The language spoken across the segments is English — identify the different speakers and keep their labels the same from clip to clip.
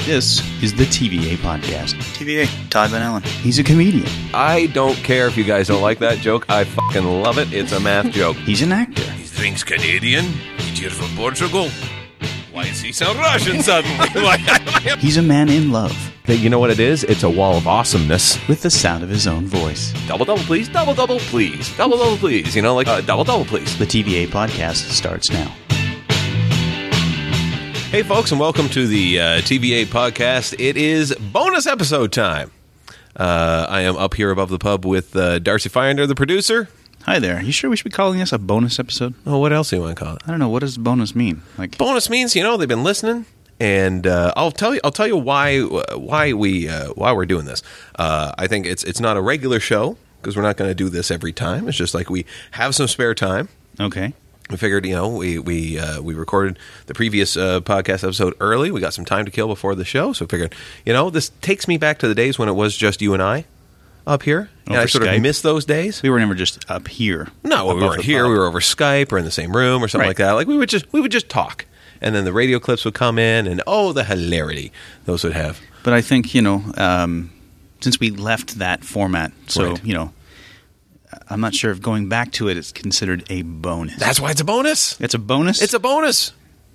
Speaker 1: This is the TVA podcast.
Speaker 2: TVA, Todd Van Allen.
Speaker 1: He's a comedian.
Speaker 3: I don't care if you guys don't like that joke. I fucking love it. It's a math joke.
Speaker 1: He's an actor.
Speaker 4: He thinks Canadian. He's here from Portugal. Why does he sound Russian suddenly? Why-
Speaker 1: He's a man in love
Speaker 3: But you know what it is? It's a wall of awesomeness.
Speaker 1: with the sound of his own voice.
Speaker 3: Double, double, please. Double, double, please. Double, double, please. You know, like uh, double, double, please.
Speaker 1: The TVA podcast starts now.
Speaker 3: Hey, folks, and welcome to the uh, TVA podcast. It is bonus episode time. Uh, I am up here above the pub with uh, Darcy Finder, the producer.
Speaker 2: Hi there. You sure we should be calling this a bonus episode?
Speaker 3: Oh, what else do you want to call it?
Speaker 2: I don't know. What does bonus mean? Like,
Speaker 3: bonus means you know they've been listening and uh, I'll tell you I'll tell you why why we uh, why we're doing this. Uh, I think it's it's not a regular show because we're not going to do this every time. It's just like we have some spare time.
Speaker 2: okay.
Speaker 3: We figured, you know, we we uh, we recorded the previous uh, podcast episode early. We got some time to kill before the show, so we figured, you know, this takes me back to the days when it was just you and I up here, and
Speaker 2: Over
Speaker 3: I sort
Speaker 2: Skype?
Speaker 3: of miss those days.
Speaker 2: We were never just up here.
Speaker 3: No, we
Speaker 2: Above
Speaker 3: weren't
Speaker 2: the
Speaker 3: here.
Speaker 2: pod.
Speaker 3: We were over Skype or in the same room or something
Speaker 2: Right.
Speaker 3: like that. Like we would just we would just talk, and then the radio clips would come in, and oh, the hilarity those would have.
Speaker 2: But I think, you know, um, since we left that format, so,
Speaker 3: Right.
Speaker 2: you know, I'm not sure if going back to it is considered a bonus.
Speaker 3: That's why it's a bonus.
Speaker 2: it's a bonus?
Speaker 3: It's a bonus.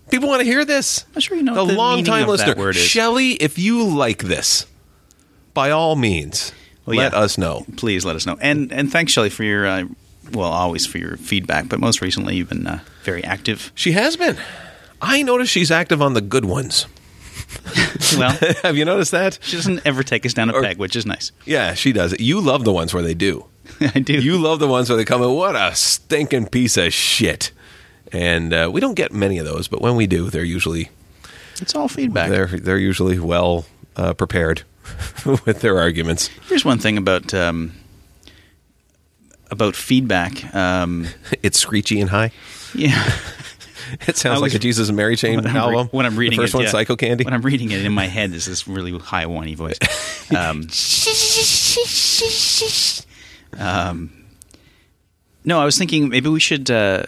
Speaker 3: People want to hear this.
Speaker 2: I'm sure you know
Speaker 3: the,
Speaker 2: what the
Speaker 3: long
Speaker 2: meaning
Speaker 3: time
Speaker 2: of that
Speaker 3: listener,
Speaker 2: word is.
Speaker 3: Shelley. If you like this, by all means,
Speaker 2: Well,
Speaker 3: let
Speaker 2: yeah.
Speaker 3: us know.
Speaker 2: Please let us know. And and thanks, Shelley, for your, uh, well, always for your feedback, but most recently you've been uh, very active.
Speaker 3: She has been. I noticed she's active on the good ones.
Speaker 2: Well,
Speaker 3: have you noticed that?
Speaker 2: she doesn't ever take us down a peg, which is nice.
Speaker 3: Yeah, she does. You love the ones where they do.
Speaker 2: I do.
Speaker 3: You love the ones where they come in, what a stinking piece of shit. And uh, we don't get many of those, but when we do, they're usually
Speaker 2: it's all feedback.
Speaker 3: they're they're usually well uh, prepared with their arguments.
Speaker 2: Here's one thing about um, about feedback. Um,
Speaker 3: It's screechy and high.
Speaker 2: yeah,
Speaker 3: It
Speaker 2: I was-
Speaker 3: sounds like a Jesus and Mary Chain
Speaker 2: when I'm,
Speaker 3: album.
Speaker 2: when I'm reading
Speaker 3: the first
Speaker 2: it,
Speaker 3: one,
Speaker 2: yeah.
Speaker 3: Psycho Candy.
Speaker 2: When I'm reading it in my head, there's this really high whiny voice. Um, um, no, I was thinking maybe we should uh,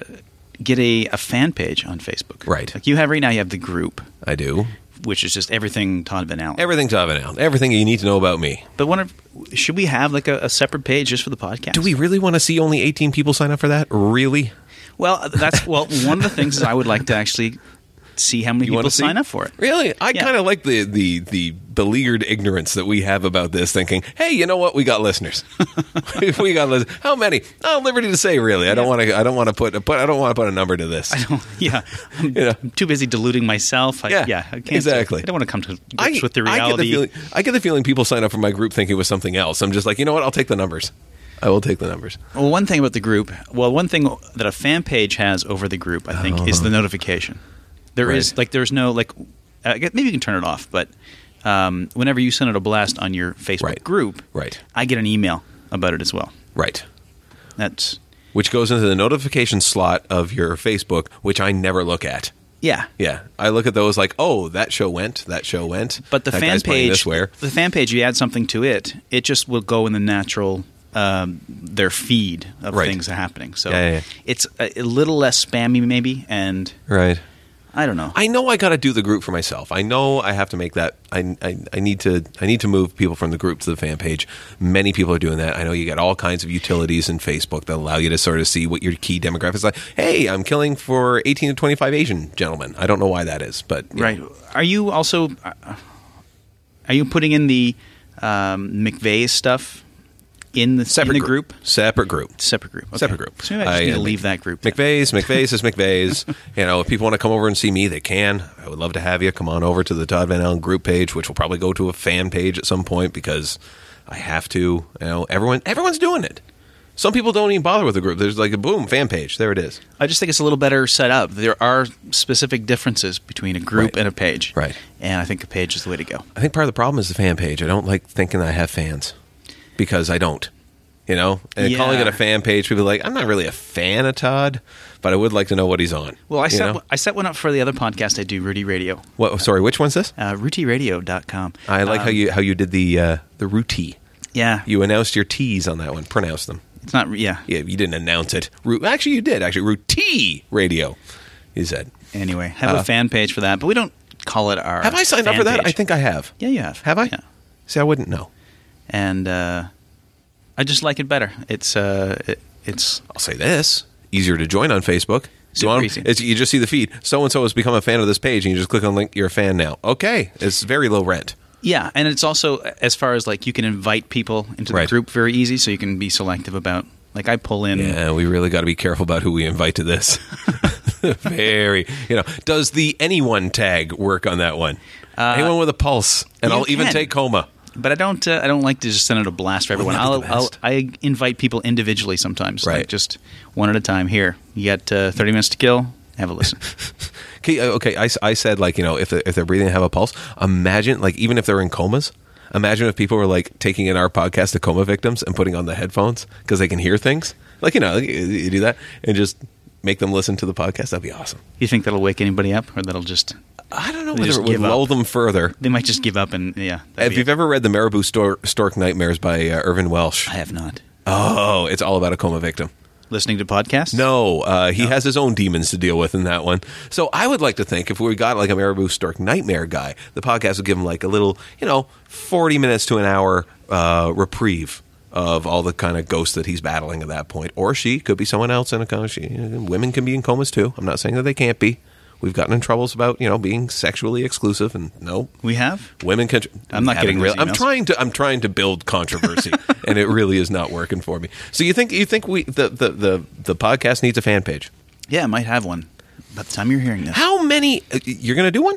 Speaker 2: get a, a fan page on Facebook.
Speaker 3: Right.
Speaker 2: Like you have right now, you have the group,
Speaker 3: I do
Speaker 2: which is just everything Todd Van Allen.
Speaker 3: everything to have it out. Everything you need to know about me.
Speaker 2: but one of should we have like a, a separate page just for the podcast?
Speaker 3: Do we really want to see only 18 people sign up for that? Really?
Speaker 2: Well, that's well. One of the things is I would like to actually see how many
Speaker 3: wanna
Speaker 2: people
Speaker 3: see?
Speaker 2: sign up for it.
Speaker 3: Really? I
Speaker 2: Yeah.
Speaker 3: kind of like the, the the beleaguered ignorance that we have about this, thinking, hey, you know what? We got listeners. we got listeners. How many? Not liberty to say, really. I don't want to. I don't want to put, put. I don't want to put a number to this.
Speaker 2: yeah, I'm,
Speaker 3: know.
Speaker 2: I'm too busy deluding myself. I,
Speaker 3: Yeah,
Speaker 2: yeah, I can't,
Speaker 3: exactly.
Speaker 2: I don't want to come to
Speaker 3: I,
Speaker 2: grips with the
Speaker 3: I get the
Speaker 2: reality.
Speaker 3: feeling. I get the feeling people sign up for my group thinking it was something else. I'm just like, you know what? I'll take the numbers. I will take the numbers.
Speaker 2: well, one thing about the group. Well, one thing that a fan page has over the group, I think, is the notification. There is
Speaker 3: Oh. Right.
Speaker 2: like there's no like. Uh, I guess- maybe you can turn it off, but um, whenever you send out a blast on your Facebook
Speaker 3: Right.
Speaker 2: group,
Speaker 3: Right.
Speaker 2: I get an email about it as well.
Speaker 3: Right.
Speaker 2: That's
Speaker 3: Which goes into the notification slot of your Facebook, which I never look at.
Speaker 2: yeah,
Speaker 3: Yeah, I look at those like, oh, that show went, that show went.
Speaker 2: But the
Speaker 3: that
Speaker 2: fan
Speaker 3: guy's playing
Speaker 2: page,
Speaker 3: this where
Speaker 2: the fan page, you add something to it, it just will go in the natural um, their feed of
Speaker 3: Right.
Speaker 2: things happening. So
Speaker 3: Yeah, yeah, yeah.
Speaker 2: it's a, a little less spammy, maybe, and
Speaker 3: right.
Speaker 2: I don't know.
Speaker 3: I know I got to do the group for myself. I know I have to make that. I, I I need to I need to move people from the group to the fan page. Many people are doing that. I know you got all kinds of utilities in Facebook that allow you to sort of see what your key demographics like. Hey, I'm killing for 18 to 25 Asian gentlemen. I don't know why that is, but you
Speaker 2: right?
Speaker 3: know.
Speaker 2: Are you also uh, are you putting in the um, McVeigh stuff in the in
Speaker 3: separate
Speaker 2: the group?
Speaker 3: separate group.
Speaker 2: Separate group. Okay.
Speaker 3: Separate group.
Speaker 2: So maybe I just need to leave that group. then.
Speaker 3: McVeigh's, McVeigh's is McVeigh's. you know, if people want to come over and see me, they can. I would love to have you. Come on over to the Todd Van Allen group page, which will probably go to a fan page at some point because I have to. You know, everyone, everyone's doing it. Some people don't even bother with the group. There's like a boom fan page. There it is.
Speaker 2: I just think it's a little better set up. There are specific differences between a group
Speaker 3: Right.
Speaker 2: and a page.
Speaker 3: Right.
Speaker 2: And I think a page is the way to go.
Speaker 3: I think part of the problem is the fan page. I don't like thinking I have fans because I don't. You know, and
Speaker 2: Yeah.
Speaker 3: calling it a fan page, people are like, I'm not really a fan of Todd, but I would like to know what he's on.
Speaker 2: Well, I
Speaker 3: You
Speaker 2: set,
Speaker 3: know?
Speaker 2: I set one up for the other podcast I do, Rudy Radio.
Speaker 3: what? Sorry, which one's this?
Speaker 2: Uh, RutyRadio.com.
Speaker 3: I like
Speaker 2: Um,
Speaker 3: how you how you did the uh, the routine.
Speaker 2: Yeah.
Speaker 3: You announced your T's on that one. Pronounce them.
Speaker 2: it's not. Yeah.
Speaker 3: Yeah, you didn't announce it. Ru- actually, you did. Actually, routine radio. You said
Speaker 2: Anyway, have
Speaker 3: Uh,
Speaker 2: a fan page for that, but we don't call it our.
Speaker 3: Have I signed up
Speaker 2: fan
Speaker 3: for that?
Speaker 2: page.
Speaker 3: I think I have.
Speaker 2: Yeah, you have.
Speaker 3: Have I?
Speaker 2: Yeah.
Speaker 3: See, I wouldn't know.
Speaker 2: And uh, I just like it better. It's uh, it, it's
Speaker 3: I'll say this: easier to join on Facebook. So
Speaker 2: Super
Speaker 3: on,
Speaker 2: easy.
Speaker 3: it's, you just see the feed. So and so has become a fan of this page, and you just click on link. You're a fan now. Okay, it's very low rent.
Speaker 2: yeah, and it's also as far as like you can invite people into the
Speaker 3: Right.
Speaker 2: group very easy, so you can be selective about like I pull in.
Speaker 3: Yeah, we really got to be careful about who we invite to this. very, you know, does the anyone tag work on that one? anyone with a pulse, and
Speaker 2: you
Speaker 3: I'll even
Speaker 2: can.
Speaker 3: take coma.
Speaker 2: But I don't. Uh, I don't like to just send out a blast for everyone.
Speaker 3: Wouldn't
Speaker 2: I'll,
Speaker 3: that be the
Speaker 2: I'll
Speaker 3: best?
Speaker 2: I invite people individually sometimes, like
Speaker 3: Right.
Speaker 2: just one at a time. Here, you got uh, thirty minutes to kill. Have a listen.
Speaker 3: Okay, uh, okay. I, s- I said like you know if they're, if they're breathing and have a pulse, imagine like even if they're in comas. Imagine if people were like taking in our podcast to coma victims and putting on the headphones because they can hear things. Like you know like, you- you do that and just make them listen to the podcast. That'd be awesome.
Speaker 2: you think that'll wake anybody up, or that'll just
Speaker 3: I don't know
Speaker 2: They
Speaker 3: whether
Speaker 2: just
Speaker 3: it would
Speaker 2: give up.
Speaker 3: lull them further.
Speaker 2: they might just give up and yeah. that'd
Speaker 3: If
Speaker 2: be
Speaker 3: you've
Speaker 2: it.
Speaker 3: ever read the Marabou Stor- Stork Nightmares by uh, Irvin Welsh,
Speaker 2: I have not
Speaker 3: oh, it's all about a coma victim.
Speaker 2: listening to podcasts.
Speaker 3: No, uh, he has his own demons to deal with in that one. So I would like to think if we got like a Marabou Stork nightmare guy, the podcast would give him like a little, you know, 40 minutes to an hour uh, reprieve of all the kind of ghosts that he's battling at that point. Or she could be someone else in a coma. She, women can be in comas too. I'm not saying that they can't be. We've gotten in troubles about, you know, being sexually exclusive and no,
Speaker 2: we have.
Speaker 3: women can
Speaker 2: I'm not
Speaker 3: having
Speaker 2: getting those
Speaker 3: real- I'm
Speaker 2: emails.
Speaker 3: trying to I'm trying to build controversy and it really is not working for me. So you think you think we the the the, the podcast needs a fan page.
Speaker 2: Yeah, I might have one. By the time you're hearing this,
Speaker 3: How many uh, you're going to do one?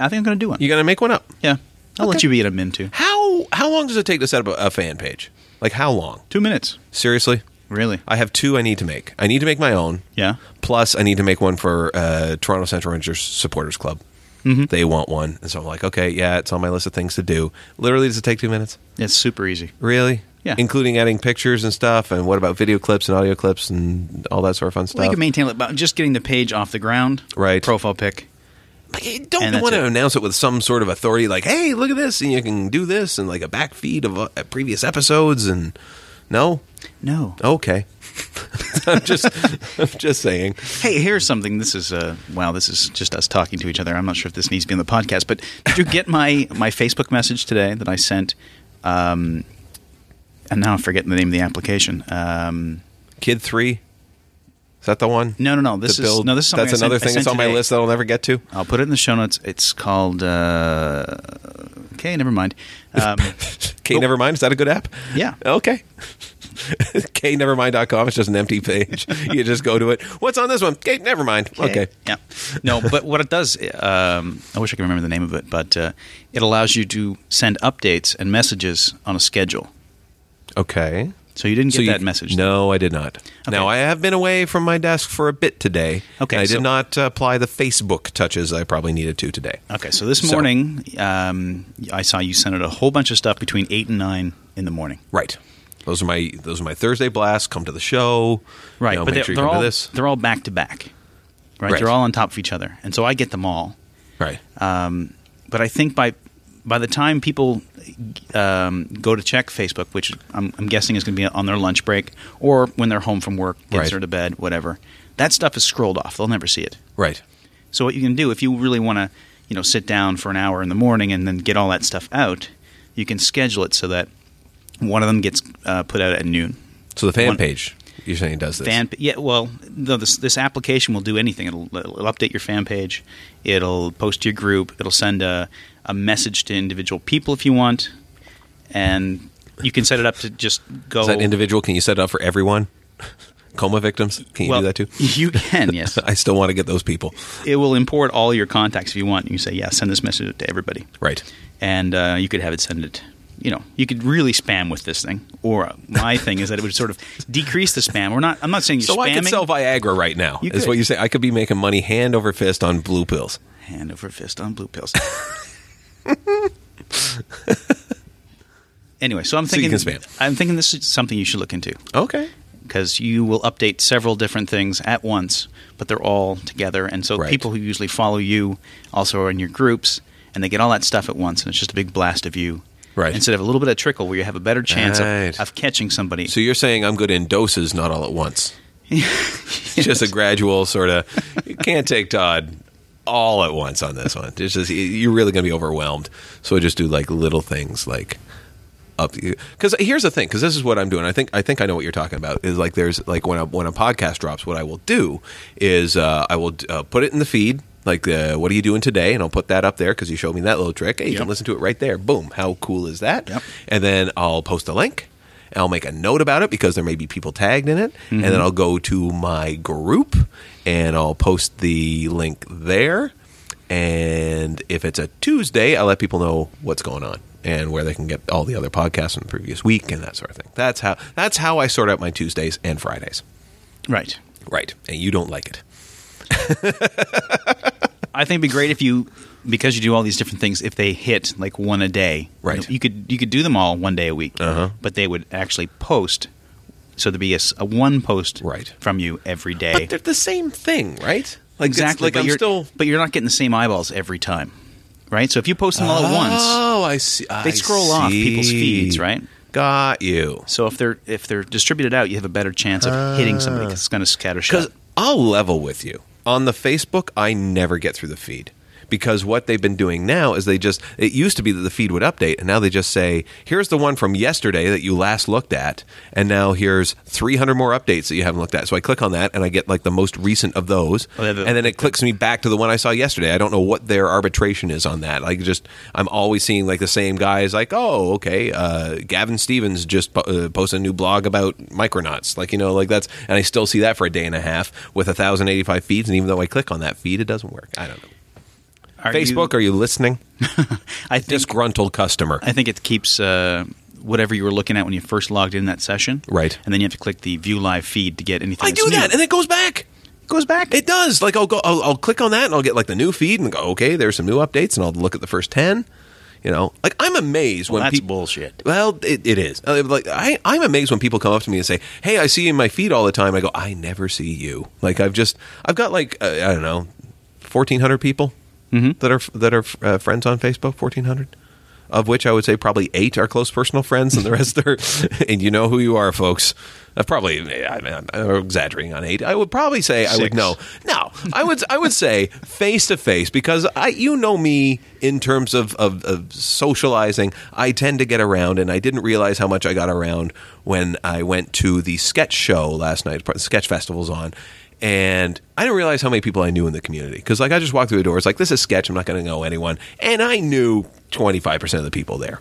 Speaker 2: I think I'm going to do one.
Speaker 3: You're going to make one up.
Speaker 2: yeah, I'll let
Speaker 3: Okay.
Speaker 2: you be an admin too.
Speaker 3: How how long does it take to set up a, a fan page? Like how long?
Speaker 2: Two minutes,
Speaker 3: Seriously?
Speaker 2: really?
Speaker 3: I have two I need to make. I need to make my own.
Speaker 2: Yeah.
Speaker 3: Plus, I need to make one for uh, Toronto Central Rangers Supporters Club. Mm-hmm. They want one, and so I'm like, okay, yeah, it's on my list of things to do. Literally, does it take two minutes?
Speaker 2: It's super easy.
Speaker 3: Really?
Speaker 2: Yeah.
Speaker 3: Including adding pictures and stuff, and what about video clips and audio clips and all that sort of fun
Speaker 2: Well,
Speaker 3: stuff?
Speaker 2: you can maintain it, but just getting the page off the ground,
Speaker 3: Right.
Speaker 2: Profile pic.
Speaker 3: Like, you
Speaker 2: and
Speaker 3: don't you
Speaker 2: that's
Speaker 3: want to
Speaker 2: it.
Speaker 3: announce it with some sort of authority, like, "Hey, look at this," and you can do this, and like a back feed of uh, previous episodes, and no,
Speaker 2: No.
Speaker 3: okay. I'm just, I'm just saying.
Speaker 2: Hey, here's something. This is uh, wow. This is just us talking to each other. I'm not sure if this needs to be on the podcast, but did you get my my Facebook message today that I sent? Um, and now I'm forgetting the name of the application. Um,
Speaker 3: Kid three, is that the one?
Speaker 2: no, no, no. This
Speaker 3: To
Speaker 2: is
Speaker 3: build-
Speaker 2: no. This is something
Speaker 3: that's
Speaker 2: I sent-
Speaker 3: another
Speaker 2: I
Speaker 3: thing
Speaker 2: sent
Speaker 3: that's on my
Speaker 2: today.
Speaker 3: list that I'll never get to.
Speaker 2: I'll put it in the show notes. It's called. Uh, okay, never mind. Um,
Speaker 3: K never mind. Is that a good app?
Speaker 2: Yeah.
Speaker 3: Okay. KNevermind.com. It's just an empty page. you just go to it. What's on this one? K never mind. Okay.
Speaker 2: Yeah. No, but what it does, um, I wish I could remember the name of it, but uh, it allows you to send updates and messages on a schedule.
Speaker 3: Okay.
Speaker 2: So you didn't get
Speaker 3: you-
Speaker 2: that message.
Speaker 3: No, I did not. Now I have been away from my desk for a bit today.
Speaker 2: Okay,
Speaker 3: and I did
Speaker 2: so-
Speaker 3: not uh, apply the Facebook touches I probably needed to today.
Speaker 2: Okay, so this
Speaker 3: So-
Speaker 2: morning, um, I saw you sent out a whole bunch of stuff between eight and nine in the morning.
Speaker 3: Right. Those are my those are my Thursday blasts. Come to the show.
Speaker 2: Right,
Speaker 3: You know,
Speaker 2: but
Speaker 3: make
Speaker 2: they're,
Speaker 3: sure you
Speaker 2: they're
Speaker 3: come
Speaker 2: all
Speaker 3: to this.
Speaker 2: they're all back to back. Right?
Speaker 3: Right.
Speaker 2: they're all on top of each other, and so I get them all.
Speaker 3: Right.
Speaker 2: But I think by by the time people um, go to check Facebook, which I'm, I'm guessing is going to be on their lunch break or when they're home from work, gets
Speaker 3: Right.
Speaker 2: her to bed, whatever, that stuff is scrolled off. They'll never see it.
Speaker 3: right.
Speaker 2: So what you can do if you really want to, you know, sit down for an hour in the morning and then get all that stuff out, you can schedule it so that one of them gets uh, put out at noon.
Speaker 3: So the fan
Speaker 2: One-
Speaker 3: page you're saying does this.
Speaker 2: Fan, yeah. Well, no, this this application will do anything. It'll, it'll update your fan page. It'll post to your group. It'll send a a message to individual people if you want, and you can set it up to just go.
Speaker 3: Is that individual? Can you set it up for everyone? Coma victims? Can you
Speaker 2: well,
Speaker 3: do that too?
Speaker 2: You can, yes.
Speaker 3: I still want to get those people.
Speaker 2: it will import all your contacts if you want. You can say, yeah, send this message to everybody.
Speaker 3: Right.
Speaker 2: and uh, you could have it send it. You know, you could really spam with this thing. Or uh, my thing is that it would sort of decrease the spam. We're not. I'm not saying you're
Speaker 3: So
Speaker 2: spamming.
Speaker 3: I could sell Viagra right now.
Speaker 2: You
Speaker 3: is
Speaker 2: could.
Speaker 3: what you say. I could be making money hand over fist on blue pills.
Speaker 2: Hand over fist on blue pills. anyway, so I'm
Speaker 3: So you
Speaker 2: thinking.
Speaker 3: can spam.
Speaker 2: I'm thinking this is something you should look into
Speaker 3: Okay.
Speaker 2: because you will update several different things at once, but they're all together, and so
Speaker 3: Right.
Speaker 2: people who usually follow you also are in your groups, and they get all that stuff at once, and it's just a big blast of you.
Speaker 3: Right.
Speaker 2: Instead of a little bit of trickle, where you have a better chance
Speaker 3: Right.
Speaker 2: of, of catching somebody.
Speaker 3: So you're saying I'm good in doses, not all at once. It's Just a gradual sort of. You can't take Todd all at once on this one. It's just you're really going to be overwhelmed. So I just do like little things like up because here's the thing because this is what I'm doing. I think I think I know what you're talking about. Is like there's like when a, when a podcast drops, what I will do is uh, I will uh, put it in the feed. Like the what are you doing today? And I'll put that up there because you showed me that little trick. Hey, you can
Speaker 2: Yep.
Speaker 3: listen to it right there. Boom! How cool is that?
Speaker 2: Yep.
Speaker 3: And then I'll post a link. and I'll make a note about it because there may be people tagged in it. And
Speaker 2: Mm-hmm.
Speaker 3: then I'll go to my group and I'll post the link there. And if it's a Tuesday, I'll let people know what's going on and where they can get all the other podcasts from the previous week and that sort of thing. That's how that's how I sort out my Tuesdays and Fridays.
Speaker 2: Right.
Speaker 3: Right. And you don't like it.
Speaker 2: I think it'd be great if you, because you do all these different things, if they hit like one a day.
Speaker 3: Right.
Speaker 2: You, know, you could you could do them all one day a week,
Speaker 3: Uh-huh.
Speaker 2: but they would actually post. So there'd be a, s- a one post
Speaker 3: Right.
Speaker 2: from you every day.
Speaker 3: But they're the same thing, right? Like it's-
Speaker 2: exactly.
Speaker 3: Like
Speaker 2: but
Speaker 3: I'm
Speaker 2: you're,
Speaker 3: still.
Speaker 2: but you're not getting the same eyeballs every time, right? So if you post them all at once,
Speaker 3: Oh, I see.
Speaker 2: they
Speaker 3: I
Speaker 2: scroll off people's
Speaker 3: see.
Speaker 2: feeds, right?
Speaker 3: Got you.
Speaker 2: So if they're if they're distributed out, you have a better chance of hitting somebody 'cause it's going to scatter
Speaker 3: Because
Speaker 2: shot.
Speaker 3: I'll level with you on the Facebook, I never get through the feed because what they've been doing now is they just it used to be that the feed would update and now they just say here's the one from yesterday that you last looked at and now here's 300 more updates that you haven't looked at so i click on that and i get like the most recent of those
Speaker 2: Oh, they have a-
Speaker 3: and then it clicks me back to the one i saw yesterday i don't know what their arbitration is on that like just i'm always seeing like the same guys like oh okay uh, gavin stevens just po- uh, posted a new blog about micronauts like you know like that's and i still see that for a day and a half with 1085 feeds and even though i click on that feed it doesn't work i don't know
Speaker 2: Are you-
Speaker 3: Facebook, are you listening?
Speaker 2: I think
Speaker 3: Disgruntled customer.
Speaker 2: I think it keeps uh, whatever you were looking at when you first logged in that session.
Speaker 3: Right.
Speaker 2: And then you have to click the view live feed to get anything.
Speaker 3: I
Speaker 2: that's
Speaker 3: do
Speaker 2: new.
Speaker 3: that, and it goes back.
Speaker 2: goes back.
Speaker 3: It does. Like I'll go, I'll, I'll click on that, and I'll get like the new feed, and go, okay, there's some new updates, and I'll look at the first ten. You know, like I'm amazed
Speaker 2: well,
Speaker 3: when
Speaker 2: that's
Speaker 3: people.
Speaker 2: bullshit.
Speaker 3: Well, it, it is. Uh, Like I, I'm amazed when people come up to me and say, "Hey, I see you in my feed all the time." I go, "I never see you." Like I've just, I've got like uh, I don't know, fourteen hundred people that are that are uh, friends on Facebook. Fourteen hundred, of which I would say probably eight are close personal friends, and the rest are. And you know who you are, folks. Uh, probably, I mean, I'm exaggerating on eight. I would probably say I would
Speaker 2: Six.
Speaker 3: know. No, I would I would say face to face because I you know me in terms of, of of socializing. I tend to get around, and I didn't realize how much I got around when I went to the sketch show last night. The sketch festival's on. And I didn't realize how many people I knew in the community because, like, I just walked through the door. It's like this is sketch. I'm not going to know anyone, and I knew 25 percent of the people there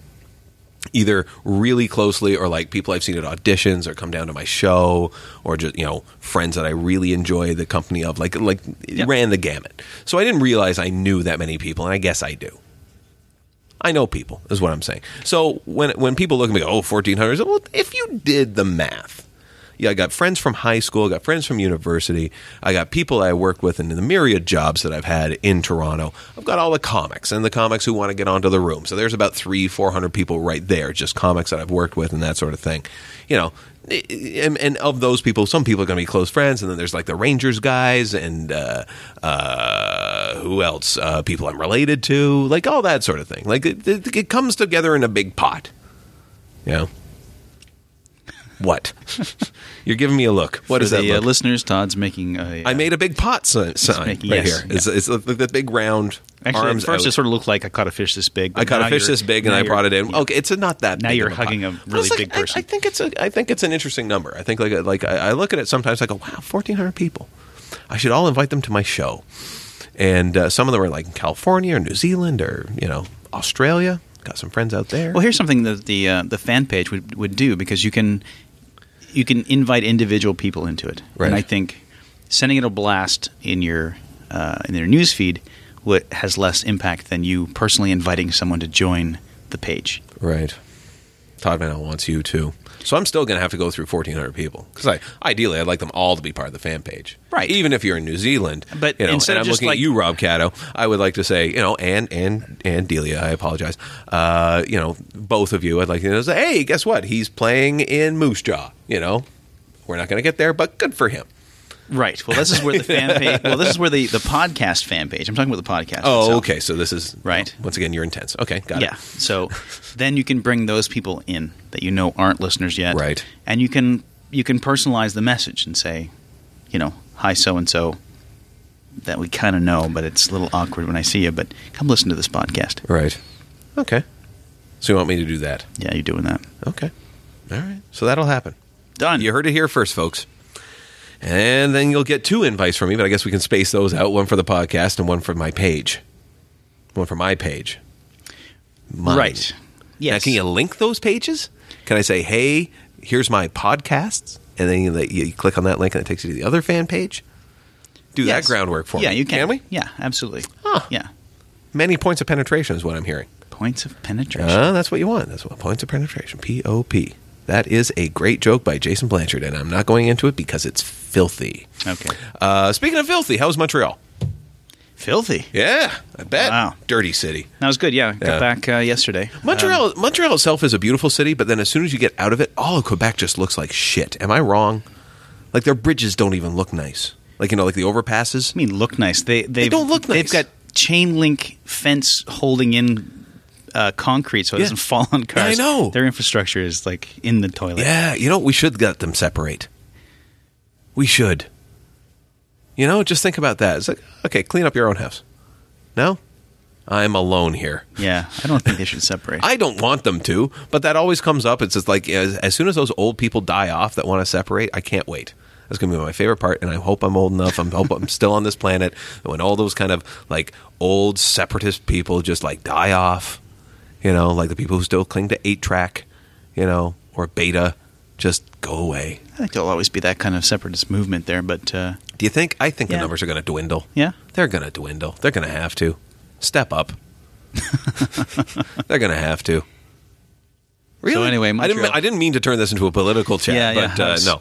Speaker 3: either really closely or like people I've seen at auditions or come down to my show or just you know friends that I really enjoy the company of like like it
Speaker 2: Yep.
Speaker 3: ran the gamut. So I didn't realize I knew that many people and I guess I do. I know people is what I'm saying. So when when people look at me go oh 1400 well if you did the math yeah, I got friends from high school, I got friends from university, I got people I work with and the myriad jobs that I've had in Toronto. I've got all the comics and the comics who want to get onto the room. So there's about three, four hundred people right there, just comics that I've worked with and that sort of thing. You know, and, and of those people, some people are going to be close friends, and then there's like the Rangers guys and uh, uh, who else? Uh, people I'm related to, like all that sort of thing. Like it, it, it comes together in a big pot. You know. What? You're giving me a look. What
Speaker 2: For
Speaker 3: is
Speaker 2: the
Speaker 3: that?
Speaker 2: uh,
Speaker 3: look?
Speaker 2: listeners, Todd's making a.
Speaker 3: I made a big pot si- sign
Speaker 2: making-
Speaker 3: right
Speaker 2: yes,
Speaker 3: here. It's, it's the, the big round
Speaker 2: Actually,
Speaker 3: arms.
Speaker 2: at first
Speaker 3: out.
Speaker 2: it sort of looked like I caught a fish this big. but
Speaker 3: I caught
Speaker 2: now
Speaker 3: a fish
Speaker 2: you're-
Speaker 3: this big and
Speaker 2: now
Speaker 3: I brought it
Speaker 2: you're-
Speaker 3: in. Okay, it's a, not that.
Speaker 2: Now
Speaker 3: big
Speaker 2: you're
Speaker 3: of pot.
Speaker 2: hugging a
Speaker 3: But it's
Speaker 2: really
Speaker 3: like-
Speaker 2: big
Speaker 3: I- I,
Speaker 2: person.
Speaker 3: think it's a. I think it's an interesting number. I think like a, like I, I look at it sometimes. I go, wow, fourteen hundred people. I should all invite them to my show. And uh, some of them are like in California or New Zealand or you know Australia. Got some friends out there.
Speaker 2: Well, here's something that the uh, the fan page would, would do because you can you can invite individual people into it,
Speaker 3: Right.
Speaker 2: and I think sending it a blast in your uh, in your news feed would, has less impact than you personally inviting someone to join the page.
Speaker 3: Right. Todd Van Al wants you too. So I'm still going to have to go through 1,400 people because I ideally I'd like them all to be part of the fan page.
Speaker 2: Right.
Speaker 3: Even if you're in New Zealand,
Speaker 2: But
Speaker 3: you know,
Speaker 2: instead
Speaker 3: and
Speaker 2: of
Speaker 3: I'm
Speaker 2: just
Speaker 3: looking
Speaker 2: like-
Speaker 3: at you, Rob Caddo, I would like to say, you know, and and and Delia, I apologize. Uh, you know, both of you, I'd like to say, hey, guess what? He's playing in Moose Jaw. You know, we're not going to get there, but good for him.
Speaker 2: Right. Well, this is where the fan page. Well, this is where the, the podcast fan page. I'm talking about the podcast.
Speaker 3: Oh,
Speaker 2: itself.
Speaker 3: okay. So this is
Speaker 2: Right.
Speaker 3: Once again, you're intense. Okay, got
Speaker 2: Yeah.
Speaker 3: it.
Speaker 2: So then you can bring those people in that you know aren't listeners yet.
Speaker 3: Right.
Speaker 2: And you can you can personalize the message and say, you know, hi so and so. that we kind of know, but it's a little awkward when I see you. But come listen to this podcast.
Speaker 3: Right. Okay. So you want me to do that?
Speaker 2: Yeah, you're doing that.
Speaker 3: Okay. All right. So that'll happen.
Speaker 2: Done.
Speaker 3: You heard it here first, folks. And then you'll get two invites from me, but I guess we can space those out one for the podcast and one for my page. One for my page. Mine.
Speaker 2: right.
Speaker 3: Now, can you link those pages? Can I say, hey, here's my podcasts? And then you, let- you click on that link and it takes you to the other fan page? Do
Speaker 2: Yes.
Speaker 3: that groundwork for
Speaker 2: yeah,
Speaker 3: me.
Speaker 2: you can.
Speaker 3: we?
Speaker 2: Yeah, absolutely. Yeah.
Speaker 3: Many points of penetration is what I'm hearing.
Speaker 2: Points of penetration.
Speaker 3: Uh, that's what you want. That's what points of penetration. P O P. That is a great joke by Jason Blanchard, and I'm not going into it because it's filthy.
Speaker 2: Okay.
Speaker 3: Uh, speaking of filthy, how's Montreal?
Speaker 2: Filthy.
Speaker 3: Yeah, I bet.
Speaker 2: Wow.
Speaker 3: Dirty city.
Speaker 2: That was good. Yeah,
Speaker 3: Yeah.
Speaker 2: got back uh, yesterday.
Speaker 3: Montreal, Montreal itself is a beautiful city, but then as soon as you get out of it, all of Quebec just looks like shit. Am I wrong? Like their bridges don't even look nice. Like you know, like the
Speaker 2: I
Speaker 3: overpasses.
Speaker 2: mean, look nice. They they've-
Speaker 3: don't look
Speaker 2: They've
Speaker 3: nice.
Speaker 2: got chain link fence holding in uh, concrete so it
Speaker 3: Yeah.
Speaker 2: doesn't fall on
Speaker 3: I
Speaker 2: cars.
Speaker 3: know.
Speaker 2: their infrastructure is like in the toilet.
Speaker 3: Yeah, you know, we should let them separate. We should. You know, just think about that. It's like, okay, clean up your own house. No? I'm alone here.
Speaker 2: Yeah, I don't think they should separate.
Speaker 3: I don't want them to, but that always comes up. It's just like as, as soon as those old people die off that want to separate, I can't wait. That's going to be my favorite part, and I hope I'm old enough. I'm hope I'm still on this planet and when all those kind of like old separatist people just like die off. You know, like the people who still cling to eight track, you know, or beta, just go away.
Speaker 2: I think there'll always be that kind of separatist movement there, but uh,
Speaker 3: Do you think? I think the
Speaker 2: Yeah.
Speaker 3: numbers are going to dwindle.
Speaker 2: Yeah.
Speaker 3: They're going to dwindle. They're going to have to. Step up. They're going to have to. Really?
Speaker 2: anyway,
Speaker 3: I didn't,
Speaker 2: Montreal-
Speaker 3: I didn't mean to turn this into a political chat,
Speaker 2: Yeah, yeah,
Speaker 3: but
Speaker 2: I
Speaker 3: uh,
Speaker 2: was-
Speaker 3: no.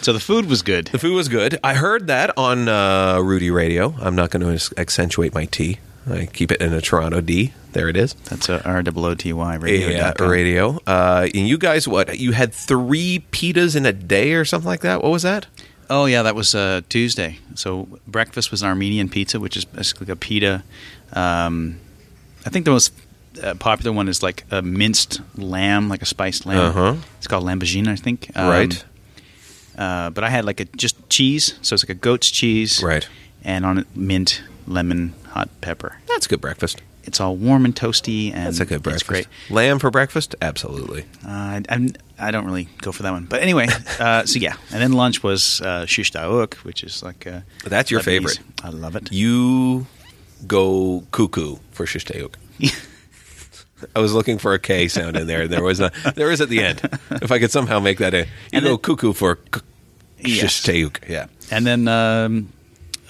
Speaker 2: so the food was good.
Speaker 3: The food was good. I heard that on uh, Rudy Radio. I'm not going to accentuate my T. I keep it in a Toronto D. There it is.
Speaker 2: That's a R O O T Y radio.
Speaker 3: Yeah, radio. Uh, and you guys, what? You had three pitas in a day or something like that? What was that?
Speaker 2: Oh yeah, that was uh, Tuesday. So breakfast was an Armenian pizza, which is basically a pita. Um, I think the most uh, popular one is like a minced lamb, like a spiced lamb.
Speaker 3: Uh-huh.
Speaker 2: It's called lambagine, I think. Um,
Speaker 3: Right.
Speaker 2: Uh, but I had like a just cheese, so it's like a goat's cheese,
Speaker 3: Right.
Speaker 2: And on it, mint, lemon, hot pepper.
Speaker 3: That's a good breakfast.
Speaker 2: It's all warm and toasty, and
Speaker 3: That's a good breakfast.
Speaker 2: It's great.
Speaker 3: Lamb for breakfast? Absolutely.
Speaker 2: Uh, I, I'm- I don't really go for that one, but anyway. Uh, so yeah, and then lunch was uh, shish taouk, which is like uh,
Speaker 3: That's your
Speaker 2: Lebanese.
Speaker 3: favorite.
Speaker 2: I love it.
Speaker 3: You go cuckoo for shish tayuk. I was looking for a K sound in there, and there was not. There is at the end. If I could somehow make that a, you
Speaker 2: And
Speaker 3: go
Speaker 2: then-
Speaker 3: cuckoo for k-
Speaker 2: Yes.
Speaker 3: shish tayuk. Yeah,
Speaker 2: and then um,